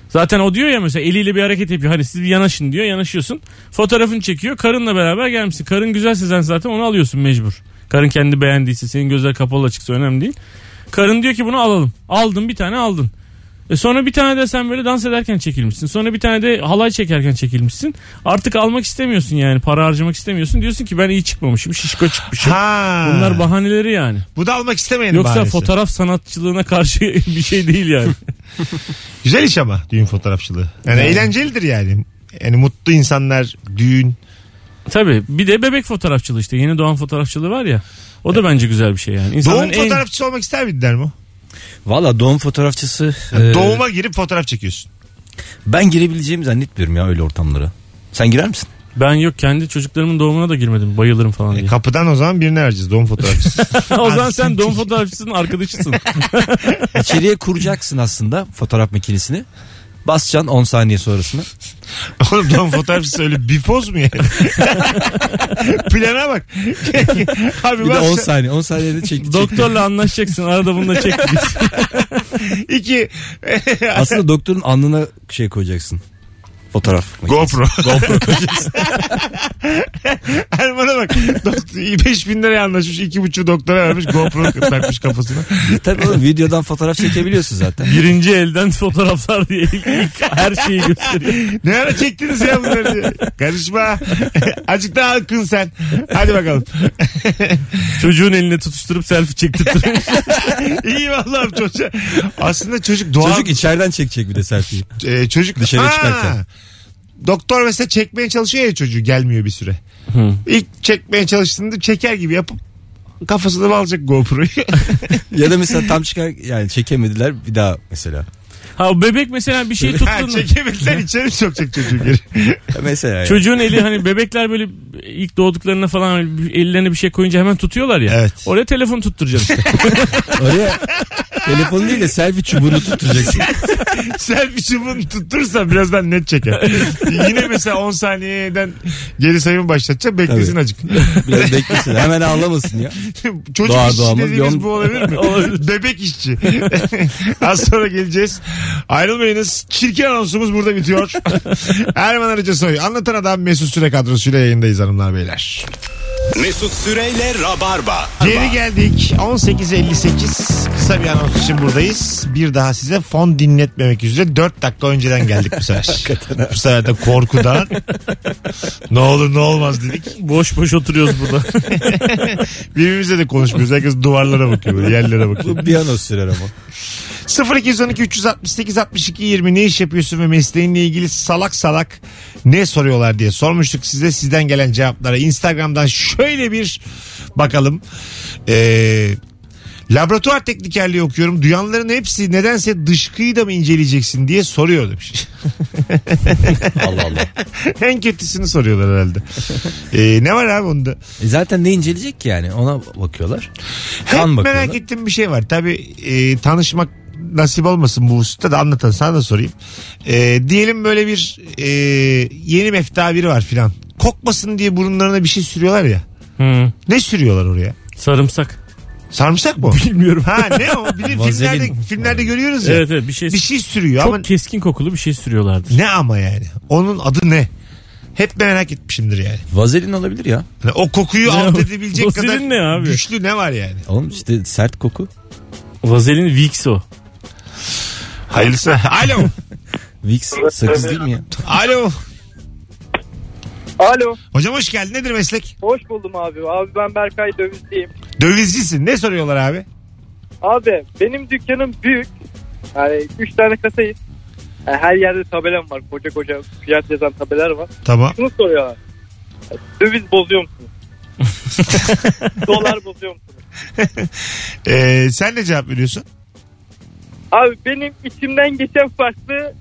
Speaker 3: Zaten o diyor ya mesela eliyle bir hareket yapıyor. Hani siz bir yanaşın diyor yanaşıyorsun. Fotoğrafını çekiyor karınla beraber gelmişsin. Karın güzelse sen zaten onu alıyorsun mecbur. Karın kendi beğendiyse senin gözler kapalı açıksa önemli değil. Karın diyor ki bunu alalım. Aldın bir tane aldın. E sonra bir tane de sen böyle dans ederken çekilmişsin. Sonra bir tane de halay çekerken çekilmişsin. Artık almak istemiyorsun yani para harcamak istemiyorsun. Diyorsun ki ben iyi çıkmamışım şişko çıkmışım.
Speaker 2: Ha.
Speaker 3: Bunlar bahaneleri yani.
Speaker 2: bu da almak istemeyenin
Speaker 3: Yoksa
Speaker 2: bahanesi.
Speaker 3: fotoğraf sanatçılığına karşı (laughs) bir şey değil
Speaker 2: (laughs)
Speaker 3: yani.
Speaker 2: Güzel iş ama düğün fotoğrafçılığı. Yani eğlencelidir yani. Yani mutlu insanlar düğün.
Speaker 3: Tabii bir de bebek fotoğrafçılığı işte yeni doğan fotoğrafçılığı var ya. O da bence güzel bir şey yani. İnsanların
Speaker 2: Doğum fotoğrafçısı olmak ister miydin Dermo?
Speaker 4: Valla doğum fotoğrafçısı. e,
Speaker 2: Doğuma girip fotoğraf çekiyorsun.
Speaker 4: Ben girebileceğimi zannetmiyorum ya öyle ortamlara. Sen girer misin?
Speaker 3: En, ben yok kendi çocuklarımın doğumuna da girmedim bayılırım falan
Speaker 2: E,
Speaker 3: diye.
Speaker 2: kapıdan o zaman birini vereceğiz doğum fotoğrafçısı.
Speaker 3: (laughs) o zaman sen doğum fotoğrafçısının
Speaker 2: (laughs)
Speaker 3: arkadaşısın.
Speaker 4: İçeriye kuracaksın aslında fotoğraf makinesini. Basacaksın 10 saniye sonrasını.
Speaker 2: Oğlum doğum fotoğrafçısı öyle bir poz mu yani? Plana bak. Abi
Speaker 4: Bir de
Speaker 2: bak
Speaker 4: 10 saniye. 10 saniyede çek. çek.
Speaker 3: Doktorla anlaşacaksın arada bunu da çek.
Speaker 2: iki
Speaker 4: Aslında doktorun alnına şey koyacaksın. Fotoğraf. makinesi.
Speaker 2: GoPro. (laughs) Erman'a bak. Doktor, 5000 liraya anlaşmış. 2,5 doktora vermiş. GoPro takmış kafasına.
Speaker 4: E Tabii oğlum videodan fotoğraf çekebiliyorsun zaten.
Speaker 3: Birinci elden fotoğraflar diye ilk, ilk her şeyi gösteriyor.
Speaker 2: Ne ara çektiniz ya bunları diye. Karışma. (laughs) Azıcık daha akın sen. Hadi bakalım.
Speaker 3: Çocuğun eline tutuşturup selfie çektirtiyor.
Speaker 2: İyi vallahi çocuğa. Aslında çocuk doğal.
Speaker 4: (laughs) Çocuk içeriden çekecek bir de selfie'yi.
Speaker 2: e, çocuk
Speaker 4: Dışarı
Speaker 2: Aa!
Speaker 4: çıkarken.
Speaker 2: Doktor mesela çekmeye çalışıyor ya çocuğu gelmiyor bir süre. İlk çekmeye çalıştığında çeker gibi yapıp kafasını alacak GoPro'yu.
Speaker 4: (laughs)
Speaker 2: (laughs)
Speaker 4: Ya da mesela tam çıkar yani çekemediler bir daha mesela.
Speaker 3: ha o bebek mesela bir şey
Speaker 2: ha,
Speaker 3: tuttuğunda.
Speaker 2: çekemezsen içeri sokacak çocuğu geri.
Speaker 4: Ya Mesela yani.
Speaker 3: Çocuğun eli hani bebekler böyle ilk doğduklarına falan öyle bir- ellerine bir şey koyunca hemen tutuyorlar ya.
Speaker 2: Evet.
Speaker 3: Oraya telefon tutturacaksın işte.
Speaker 4: Oraya telefonu değil de selfie çubuğunu tutturacaksın.
Speaker 2: Sen bir şey çubuğunu tuttursan birazdan net çeker. Yine mesela 10 saniyeden geri sayımı başlatacak beklesin
Speaker 4: Tabii.
Speaker 2: acık.
Speaker 4: (laughs) Biraz beklesin. Hemen ağlamasın ya.
Speaker 2: (laughs) Çocuk
Speaker 4: Doğar
Speaker 2: işçi
Speaker 4: doğmaz
Speaker 2: dediğimiz
Speaker 4: yom-
Speaker 2: bu olabilir mi? Bebek işçi. (laughs) Az sonra geleceğiz. Ayrılmayınız. Çirkin anonsumuz burada bitiyor. Erman Arıca Soy. Anlatan Adam Mesut Süre kadrosuyla yayındayız hanımlar beyler.
Speaker 1: Mesut Süreyle Rabarba.
Speaker 2: Geri geldik. 18.58. Kısa bir anons için buradayız. Bir daha size fon dinletmemek üzere 4 dakika önceden geldik
Speaker 3: (laughs)
Speaker 2: bu sefer. bu sefer de korkudan ne olur ne olmaz dedik.
Speaker 3: boş boş oturuyoruz
Speaker 2: (laughs)
Speaker 3: burada.
Speaker 2: Birbirimizle de konuşmuyoruz. Herkes duvarlara bakıyor, böyle, yerlere bakıyor.
Speaker 4: Bu bir an o sürer ama.
Speaker 2: 0212 368 62 20 ne iş yapıyorsun ve mesleğinle ilgili salak salak ne soruyorlar diye sormuştuk size sizden gelen cevaplara instagramdan şöyle bir bakalım Ee, laboratuvar teknikerliği okuyorum duyanların hepsi nedense dışkıyı da mı inceleyeceksin diye soruyor demiş (laughs)
Speaker 4: Allah Allah.
Speaker 2: en kötüsünü soruyorlar herhalde Ee, ne var abi onda
Speaker 4: E zaten ne inceleyecek ki yani ona bakıyorlar.
Speaker 2: Hep
Speaker 4: Kan bakıyorlar.
Speaker 2: merak ettiğim bir şey var. Tabii e, tanışmak nasip olmasın bu hususta da anlatan sana da sorayım. E, diyelim böyle bir e, yeni mefta biri var filan. Kokmasın diye burunlarına bir şey sürüyorlar ya.
Speaker 3: Hı.
Speaker 2: Ne sürüyorlar oraya?
Speaker 3: Sarımsak. (laughs)
Speaker 2: Sarımsak mı?
Speaker 3: Bilmiyorum.
Speaker 2: ha ne o? Bir de
Speaker 4: Vazelin.
Speaker 2: filmlerde, filmlerde görüyoruz ya.
Speaker 3: Evet evet bir şey.
Speaker 2: Bir şey sürüyor
Speaker 3: çok
Speaker 2: ama
Speaker 3: keskin kokulu bir şey sürüyorlardı.
Speaker 2: ne ama yani? Onun adı ne? Hep merak etmişimdir yani.
Speaker 4: Vazelin olabilir ya.
Speaker 2: Hani o kokuyu
Speaker 3: Ne
Speaker 2: alt
Speaker 3: o?
Speaker 2: edebilecek
Speaker 3: Vazelin
Speaker 2: kadar
Speaker 3: ne abi?
Speaker 2: güçlü ne var yani?
Speaker 4: Oğlum işte sert koku.
Speaker 3: Vazelin Vicso.
Speaker 2: Hayırlısı. Alo.
Speaker 4: Vicks sakız değil mi ya?
Speaker 2: Alo.
Speaker 6: Alo.
Speaker 2: Hocam hoş geldin. Nedir meslek?
Speaker 6: Hoş buldum abi. Abi ben Berkay Dövizliyim.
Speaker 2: Dövizcisin. Ne soruyorlar abi?
Speaker 6: Abi benim dükkanım büyük. Yani 3 tane kasayız. Yani her yerde tabelam var. Koca koca fiyat yazan tabeler var.
Speaker 2: Tamam.
Speaker 6: Şunu soruyorlar. Döviz bozuyor musunuz? Dolar bozuyor musunuz?
Speaker 2: Ee, sen ne cevap veriyorsun? (laughs)
Speaker 6: Abi benim içimden geçen farklı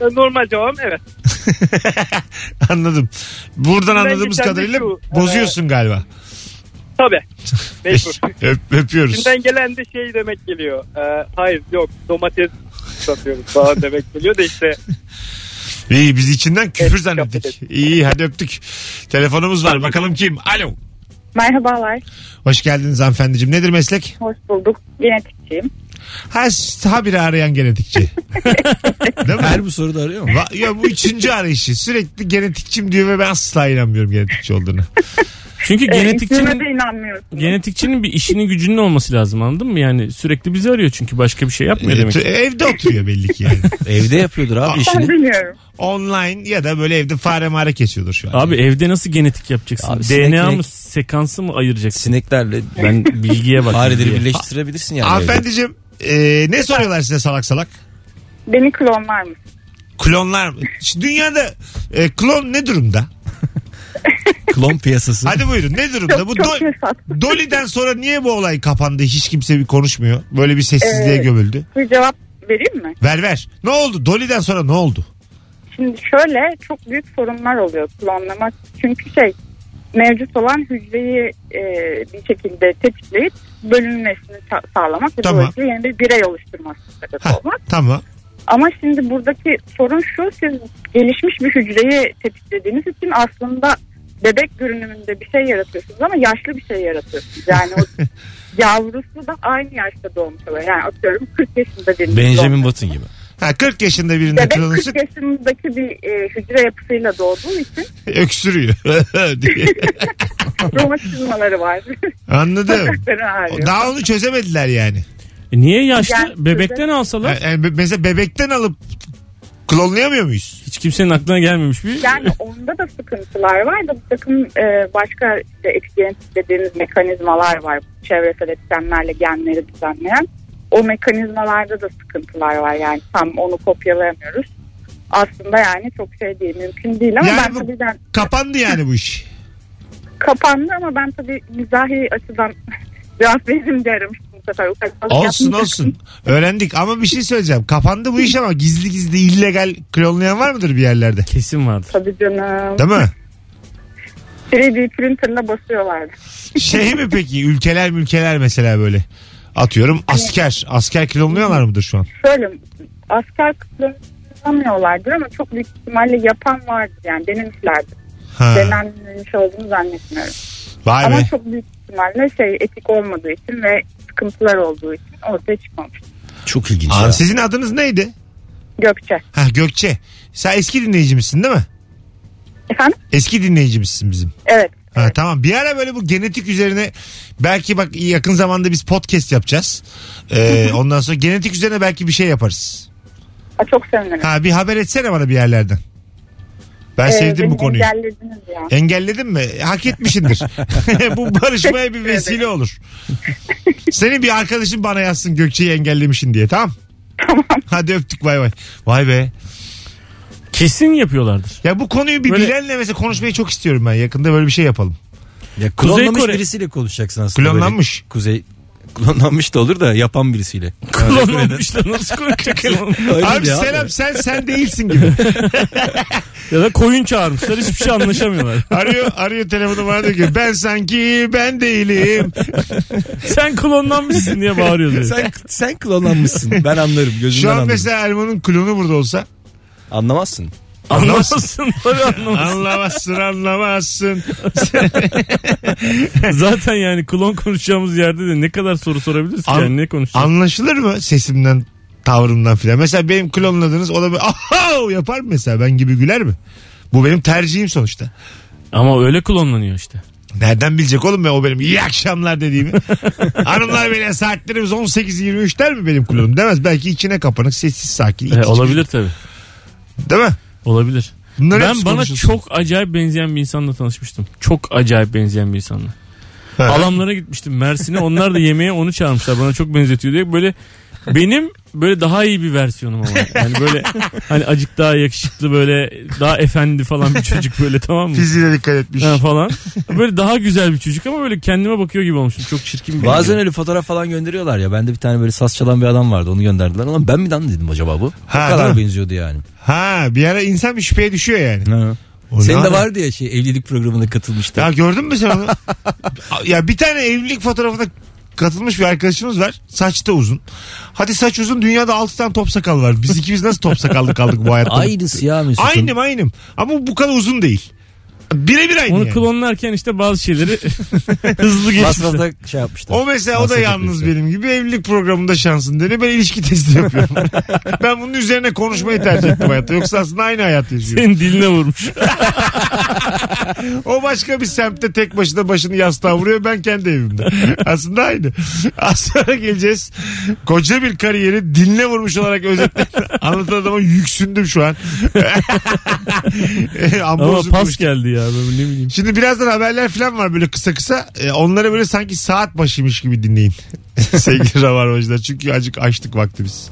Speaker 6: e, normal cevabım evet.
Speaker 2: Anladım. Buradan
Speaker 6: Ben
Speaker 2: anladığımız
Speaker 6: geçen de
Speaker 2: kadarıyla
Speaker 6: şu,
Speaker 2: (laughs) bozuyorsun galiba.
Speaker 6: Tabii. Mecbur.
Speaker 2: (laughs) Öp, öpüyoruz.
Speaker 6: İçimden gelen de şey demek geliyor. E, hayır yok domates satıyoruz falan demek geliyor da işte
Speaker 2: İyi biz içinden küfür
Speaker 6: Evet,
Speaker 2: zannettik.
Speaker 6: kapatın.
Speaker 2: İyi hadi öptük. Telefonumuz var. Bakalım kim? Alo.
Speaker 5: (laughs) Merhabalar.
Speaker 2: Hoş geldiniz hanımefendiciğim. Nedir meslek?
Speaker 5: Hoş bulduk. Genetikçiyim.
Speaker 2: Ha, habire
Speaker 6: (laughs)
Speaker 2: arayan genetikçi. Değil mi?
Speaker 4: Her bu soruda arıyor mu?
Speaker 2: Va- ya bu üçüncü arayışı. Sürekli genetikçim diyor ve ben asla inanmıyorum genetikçi olduğunu.
Speaker 3: Çünkü
Speaker 5: İsmime de
Speaker 3: genetikçinin
Speaker 5: inanmıyorsunuz.
Speaker 3: genetikçinin bir işinin gücünün olması lazım anladın mı? Yani sürekli bizi arıyor çünkü başka bir şey yapmıyor demek.
Speaker 2: Ee,
Speaker 3: ki.
Speaker 2: evde oturuyor belli ki yani.
Speaker 4: Evde yapıyordur abi
Speaker 5: Ben
Speaker 4: işini.
Speaker 5: bilmiyorum.
Speaker 2: Online ya da böyle evde fare mare kesiyordur şu an.
Speaker 3: Abi evde nasıl genetik yapacaksın?
Speaker 4: Abi
Speaker 3: DNA
Speaker 4: sinek-
Speaker 3: mı sekansı mı ayıracaksın?
Speaker 4: Sineklerle
Speaker 3: Ben bilgiye bak.
Speaker 4: fareleri
Speaker 3: bilgiye.
Speaker 4: birleştirebilirsin yani. evde.
Speaker 2: Hanımefendiciğim e, ne soruyorlar size salak salak?
Speaker 5: Beni klonlar mı?
Speaker 2: Klonlar mı? Şu Dünyada e, klon ne durumda?
Speaker 4: Klon piyasası.
Speaker 2: Hadi buyurun ne durumda?
Speaker 5: Çok,
Speaker 2: Bu
Speaker 5: çok
Speaker 2: Do-
Speaker 5: fesat.
Speaker 2: Dolly'den sonra niye bu olay kapandı? Hiç kimse bir konuşmuyor. Böyle bir sessizliğe
Speaker 5: Ee,
Speaker 2: gömüldü.
Speaker 5: Bir cevap vereyim mi?
Speaker 2: Ver ver. Ne oldu? Dolly'den sonra ne oldu?
Speaker 5: Şimdi şöyle çok büyük sorunlar oluyor klonlama. Çünkü şey mevcut olan hücreyi e, bir şekilde tetikleyip bölünmesini sa- sağlamak ve
Speaker 2: Tamam.
Speaker 5: dolayısıyla yeni bir birey oluşturması sebep
Speaker 2: Ha,
Speaker 5: olmak.
Speaker 2: tamam.
Speaker 5: Ama şimdi buradaki sorun şu siz gelişmiş bir hücreyi tetiklediğiniz için aslında bebek görünümünde bir şey yaratıyorsunuz ama yaşlı bir şey yaratıyorsunuz. Yani
Speaker 8: (laughs)
Speaker 5: o yavrusu da aynı yaşta doğmuş oluyor. Yani atıyorum 40 yaşında birini
Speaker 4: Benjamin Button gibi.
Speaker 2: Ha 40 yaşında birinde
Speaker 5: Bebek 40
Speaker 2: kırılırsa
Speaker 5: yaşındaki bir e, hücre yapısıyla doğduğu
Speaker 2: (laughs)
Speaker 5: için
Speaker 2: öksürüyor diye.
Speaker 5: romatizmaları var. (laughs)
Speaker 2: Anladım.
Speaker 5: Bacakları ağrıyor.
Speaker 2: Daha onu çözemediler yani.
Speaker 3: E niye yaşlı?
Speaker 5: Yani-
Speaker 3: Bebekten alsalar
Speaker 2: yani be- mesela bebekten alıp klonlayamıyor muyuz?
Speaker 3: hiç kimsenin aklına gelmemiş bir.
Speaker 5: Yani onda da sıkıntılar var da bir takım e, başka işte etkileyen dediğimiz mekanizmalar var. Çevresel etkenlerle genleri düzenleyen. O mekanizmalarda da sıkıntılar var yani tam onu kopyalayamıyoruz. Aslında yani çok şey değil mümkün değil ama
Speaker 2: Yani
Speaker 5: ben
Speaker 2: bu-
Speaker 5: tabii ben
Speaker 2: Kapandı yani bu iş.
Speaker 5: kapandı ama ben tabii mizahi açıdan (laughs) cevap veririm diye aramıştım bu sefer. Ufak-
Speaker 2: Olsun
Speaker 5: yapmayacak.
Speaker 2: olsun. Öğrendik ama bir şey söyleyeceğim. Kapandı bu iş ama gizli gizli illegal klonlayan var mıdır bir yerlerde?
Speaker 3: Kesin vardır.
Speaker 5: Tabii canım.
Speaker 2: Değil mi?
Speaker 5: 3D printer'la basıyorlardı.
Speaker 2: Şey mi peki ülkeler ülkeler mesela böyle atıyorum asker asker klonluyorlar mıdır şu an?
Speaker 5: Şöyle asker kullanmıyorlardır ama çok büyük ihtimalle yapan vardır yani denemişlerdir.
Speaker 2: Ha. Hani?
Speaker 5: Denenmiş olduğunu zannetmiyorum.
Speaker 2: Vay
Speaker 5: Ama
Speaker 2: be.
Speaker 5: çok büyük ihtimalle şey etik olmadığı için ve sıkıntılar olduğu için ortaya çıkmamış.
Speaker 4: Çok ilginç.
Speaker 2: Aa,
Speaker 4: ya.
Speaker 2: sizin adınız neydi?
Speaker 5: Gökçe.
Speaker 2: Ha Gökçe. Sen eski dinleyicimizsin değil mi?
Speaker 5: Efendim?
Speaker 2: Eski dinleyicimizsin bizim.
Speaker 5: Evet.
Speaker 2: Ha, tamam bir ara böyle bu genetik üzerine belki bak yakın zamanda biz podcast yapacağız.
Speaker 5: (laughs)
Speaker 2: Ee, ondan sonra genetik üzerine belki bir şey yaparız.
Speaker 5: Aa, çok sevinirim.
Speaker 2: Ha bir haber etsene bana bir yerlerden. Ben
Speaker 5: Ee,
Speaker 2: sevdim
Speaker 5: beni
Speaker 2: bu konuyu.
Speaker 5: Engellediniz ya.
Speaker 2: Engelledin mi?
Speaker 5: (laughs)
Speaker 2: Hak etmişindir. (laughs) bu barışmaya bir vesile olur. Senin bir arkadaşın bana yazsın Gökçe'yi engellemişin diye tamam
Speaker 5: Tamam.
Speaker 2: Hadi öptük bay bay. Vay be.
Speaker 3: Kesin yapıyorlardır.
Speaker 2: Ya bu konuyu bir
Speaker 3: Böyle-
Speaker 2: bilenle mesela konuşmayı çok istiyorum ben. Yakında böyle bir şey yapalım.
Speaker 4: Ya
Speaker 3: Kuzey
Speaker 4: klonlamış
Speaker 3: Kore-
Speaker 4: birisiyle konuşacaksın aslında.
Speaker 2: Klonlanmış.
Speaker 4: Böyle Kuzey klonlanmış da olur da yapan birisiyle.
Speaker 3: Klonlanmış da nasıl konuşacaksın? oğlum?
Speaker 4: Öyle
Speaker 2: abi
Speaker 4: diyor
Speaker 2: selam sen sen değilsin gibi.
Speaker 3: ya da koyun çağırmışlar hiçbir şey
Speaker 4: (laughs)
Speaker 3: anlaşamıyorlar.
Speaker 2: Arıyor arıyor telefonu bana diyor ki ben sanki ben değilim.
Speaker 3: Sen klonlanmışsın diye bağırıyoruz.
Speaker 4: Sen, sen klonlanmışsın. Ben anlarım. Gözümden
Speaker 2: Şu an
Speaker 4: anlarım.
Speaker 2: mesela Erman'ın klonu burada olsa
Speaker 4: Anlamazsın.
Speaker 3: Anlamazsın. Tabii anlamazsın.
Speaker 2: anlamazsın anlamazsın.
Speaker 3: Zaten yani klon konuşacağımız yerde de ne kadar soru sorabiliriz ki?
Speaker 2: An-
Speaker 3: yani ne konuşacağız?
Speaker 2: Anlaşılır mı sesimden tavrımdan filan? Mesela benim klonladınız o da bir "Ahav!" yapar mı mesela ben gibi güler mi? Bu benim tercihim sonuçta.
Speaker 3: Ama öyle klonlanıyor işte.
Speaker 2: Nereden bilecek oğlum ben o benim iyi
Speaker 3: (laughs)
Speaker 2: akşamlar dediğimi. Hanımlar beyler saatlerimiz 18.23 der mi benim klonum demez. Belki içine kapanık sessiz sakin.
Speaker 3: E,
Speaker 2: itici
Speaker 3: olabilir tabii.
Speaker 2: bir- Değil mi?
Speaker 3: Olabilir.
Speaker 2: Bunları hepsi
Speaker 3: ben bana
Speaker 2: konuşulsun.
Speaker 3: çok acayip benzeyen bir insanla tanışmıştım. Çok acayip benzeyen bir insanla.
Speaker 2: Ha.
Speaker 3: Alamlara gitmiştim Mersin'e. Onlar da yemeğe onu çağırmışlar. Bana çok benzetiyor diye. Böyle benim böyle daha iyi bir versiyonum ama. Yani böyle hani acık daha yakışıklı böyle daha efendi falan bir çocuk böyle tamam mı?
Speaker 2: Fiziğine dikkat etmiş.
Speaker 3: Ha, falan. Böyle daha güzel bir çocuk ama böyle kendime bakıyor gibi olmuşum. Çok çirkin bir
Speaker 4: Bazen öyle fotoğraf falan gönderiyorlar ya. Bende bir tane böyle saz çalan bir adam vardı. Onu gönderdiler. Ulan ben mi lan dedim acaba bu?
Speaker 2: Ha,
Speaker 4: o kadar
Speaker 2: değil mi?
Speaker 4: benziyordu yani.
Speaker 2: Ha bir ara insan bir şüpheye düşüyor yani. O ne
Speaker 4: Senin de
Speaker 2: ara?
Speaker 4: vardı ya şey evlilik programına katılmıştı.
Speaker 2: Ya gördün mü sen onu? ya bir tane evlilik fotoğrafına katılmış bir arkadaşımız var. Saç da uzun. Hadi saç uzun dünyada 6 tane top sakal var. Biz ikimiz nasıl top sakallı kaldık bu hayatta?
Speaker 4: Aynısı ya Mesut'un.
Speaker 2: Aynım aynım. Ama bu kadar uzun değil. Birebir aynı
Speaker 3: Onu
Speaker 2: yani.
Speaker 3: klonlarken işte bazı şeyleri hızlı
Speaker 2: (laughs)
Speaker 3: geçmişler.
Speaker 4: Masrafta şey yapmışlar.
Speaker 2: O mesela o da
Speaker 4: Masraf
Speaker 2: yalnız
Speaker 4: yapmışlar.
Speaker 2: benim gibi evlilik programında şansın dedi. Ben ilişki testi yapıyorum. ben bunun üzerine konuşmayı tercih ettim hayatta. Yoksa aslında aynı hayat yaşıyorum.
Speaker 3: Senin diline vurmuş.
Speaker 2: O başka bir semtte tek başına başını yastığa vuruyor. Ben
Speaker 3: (laughs)
Speaker 2: kendi evimde. aslında aynı. Az sonra geleceğiz. Koca bir kariyeri diline vurmuş olarak özetle
Speaker 3: (laughs)
Speaker 2: anlatan adama yüksündüm şu an.
Speaker 3: Ama
Speaker 2: Ambrozum
Speaker 3: pas
Speaker 2: konuştu.
Speaker 3: geldi ya. Böyle ne bileyim.
Speaker 2: Şimdi birazdan haberler falan var böyle kısa kısa. Ee, onları böyle (laughs) sanki saat başıymış gibi dinleyin. Sevgili Rabarbacılar. Çünkü acık açtık vaktimiz.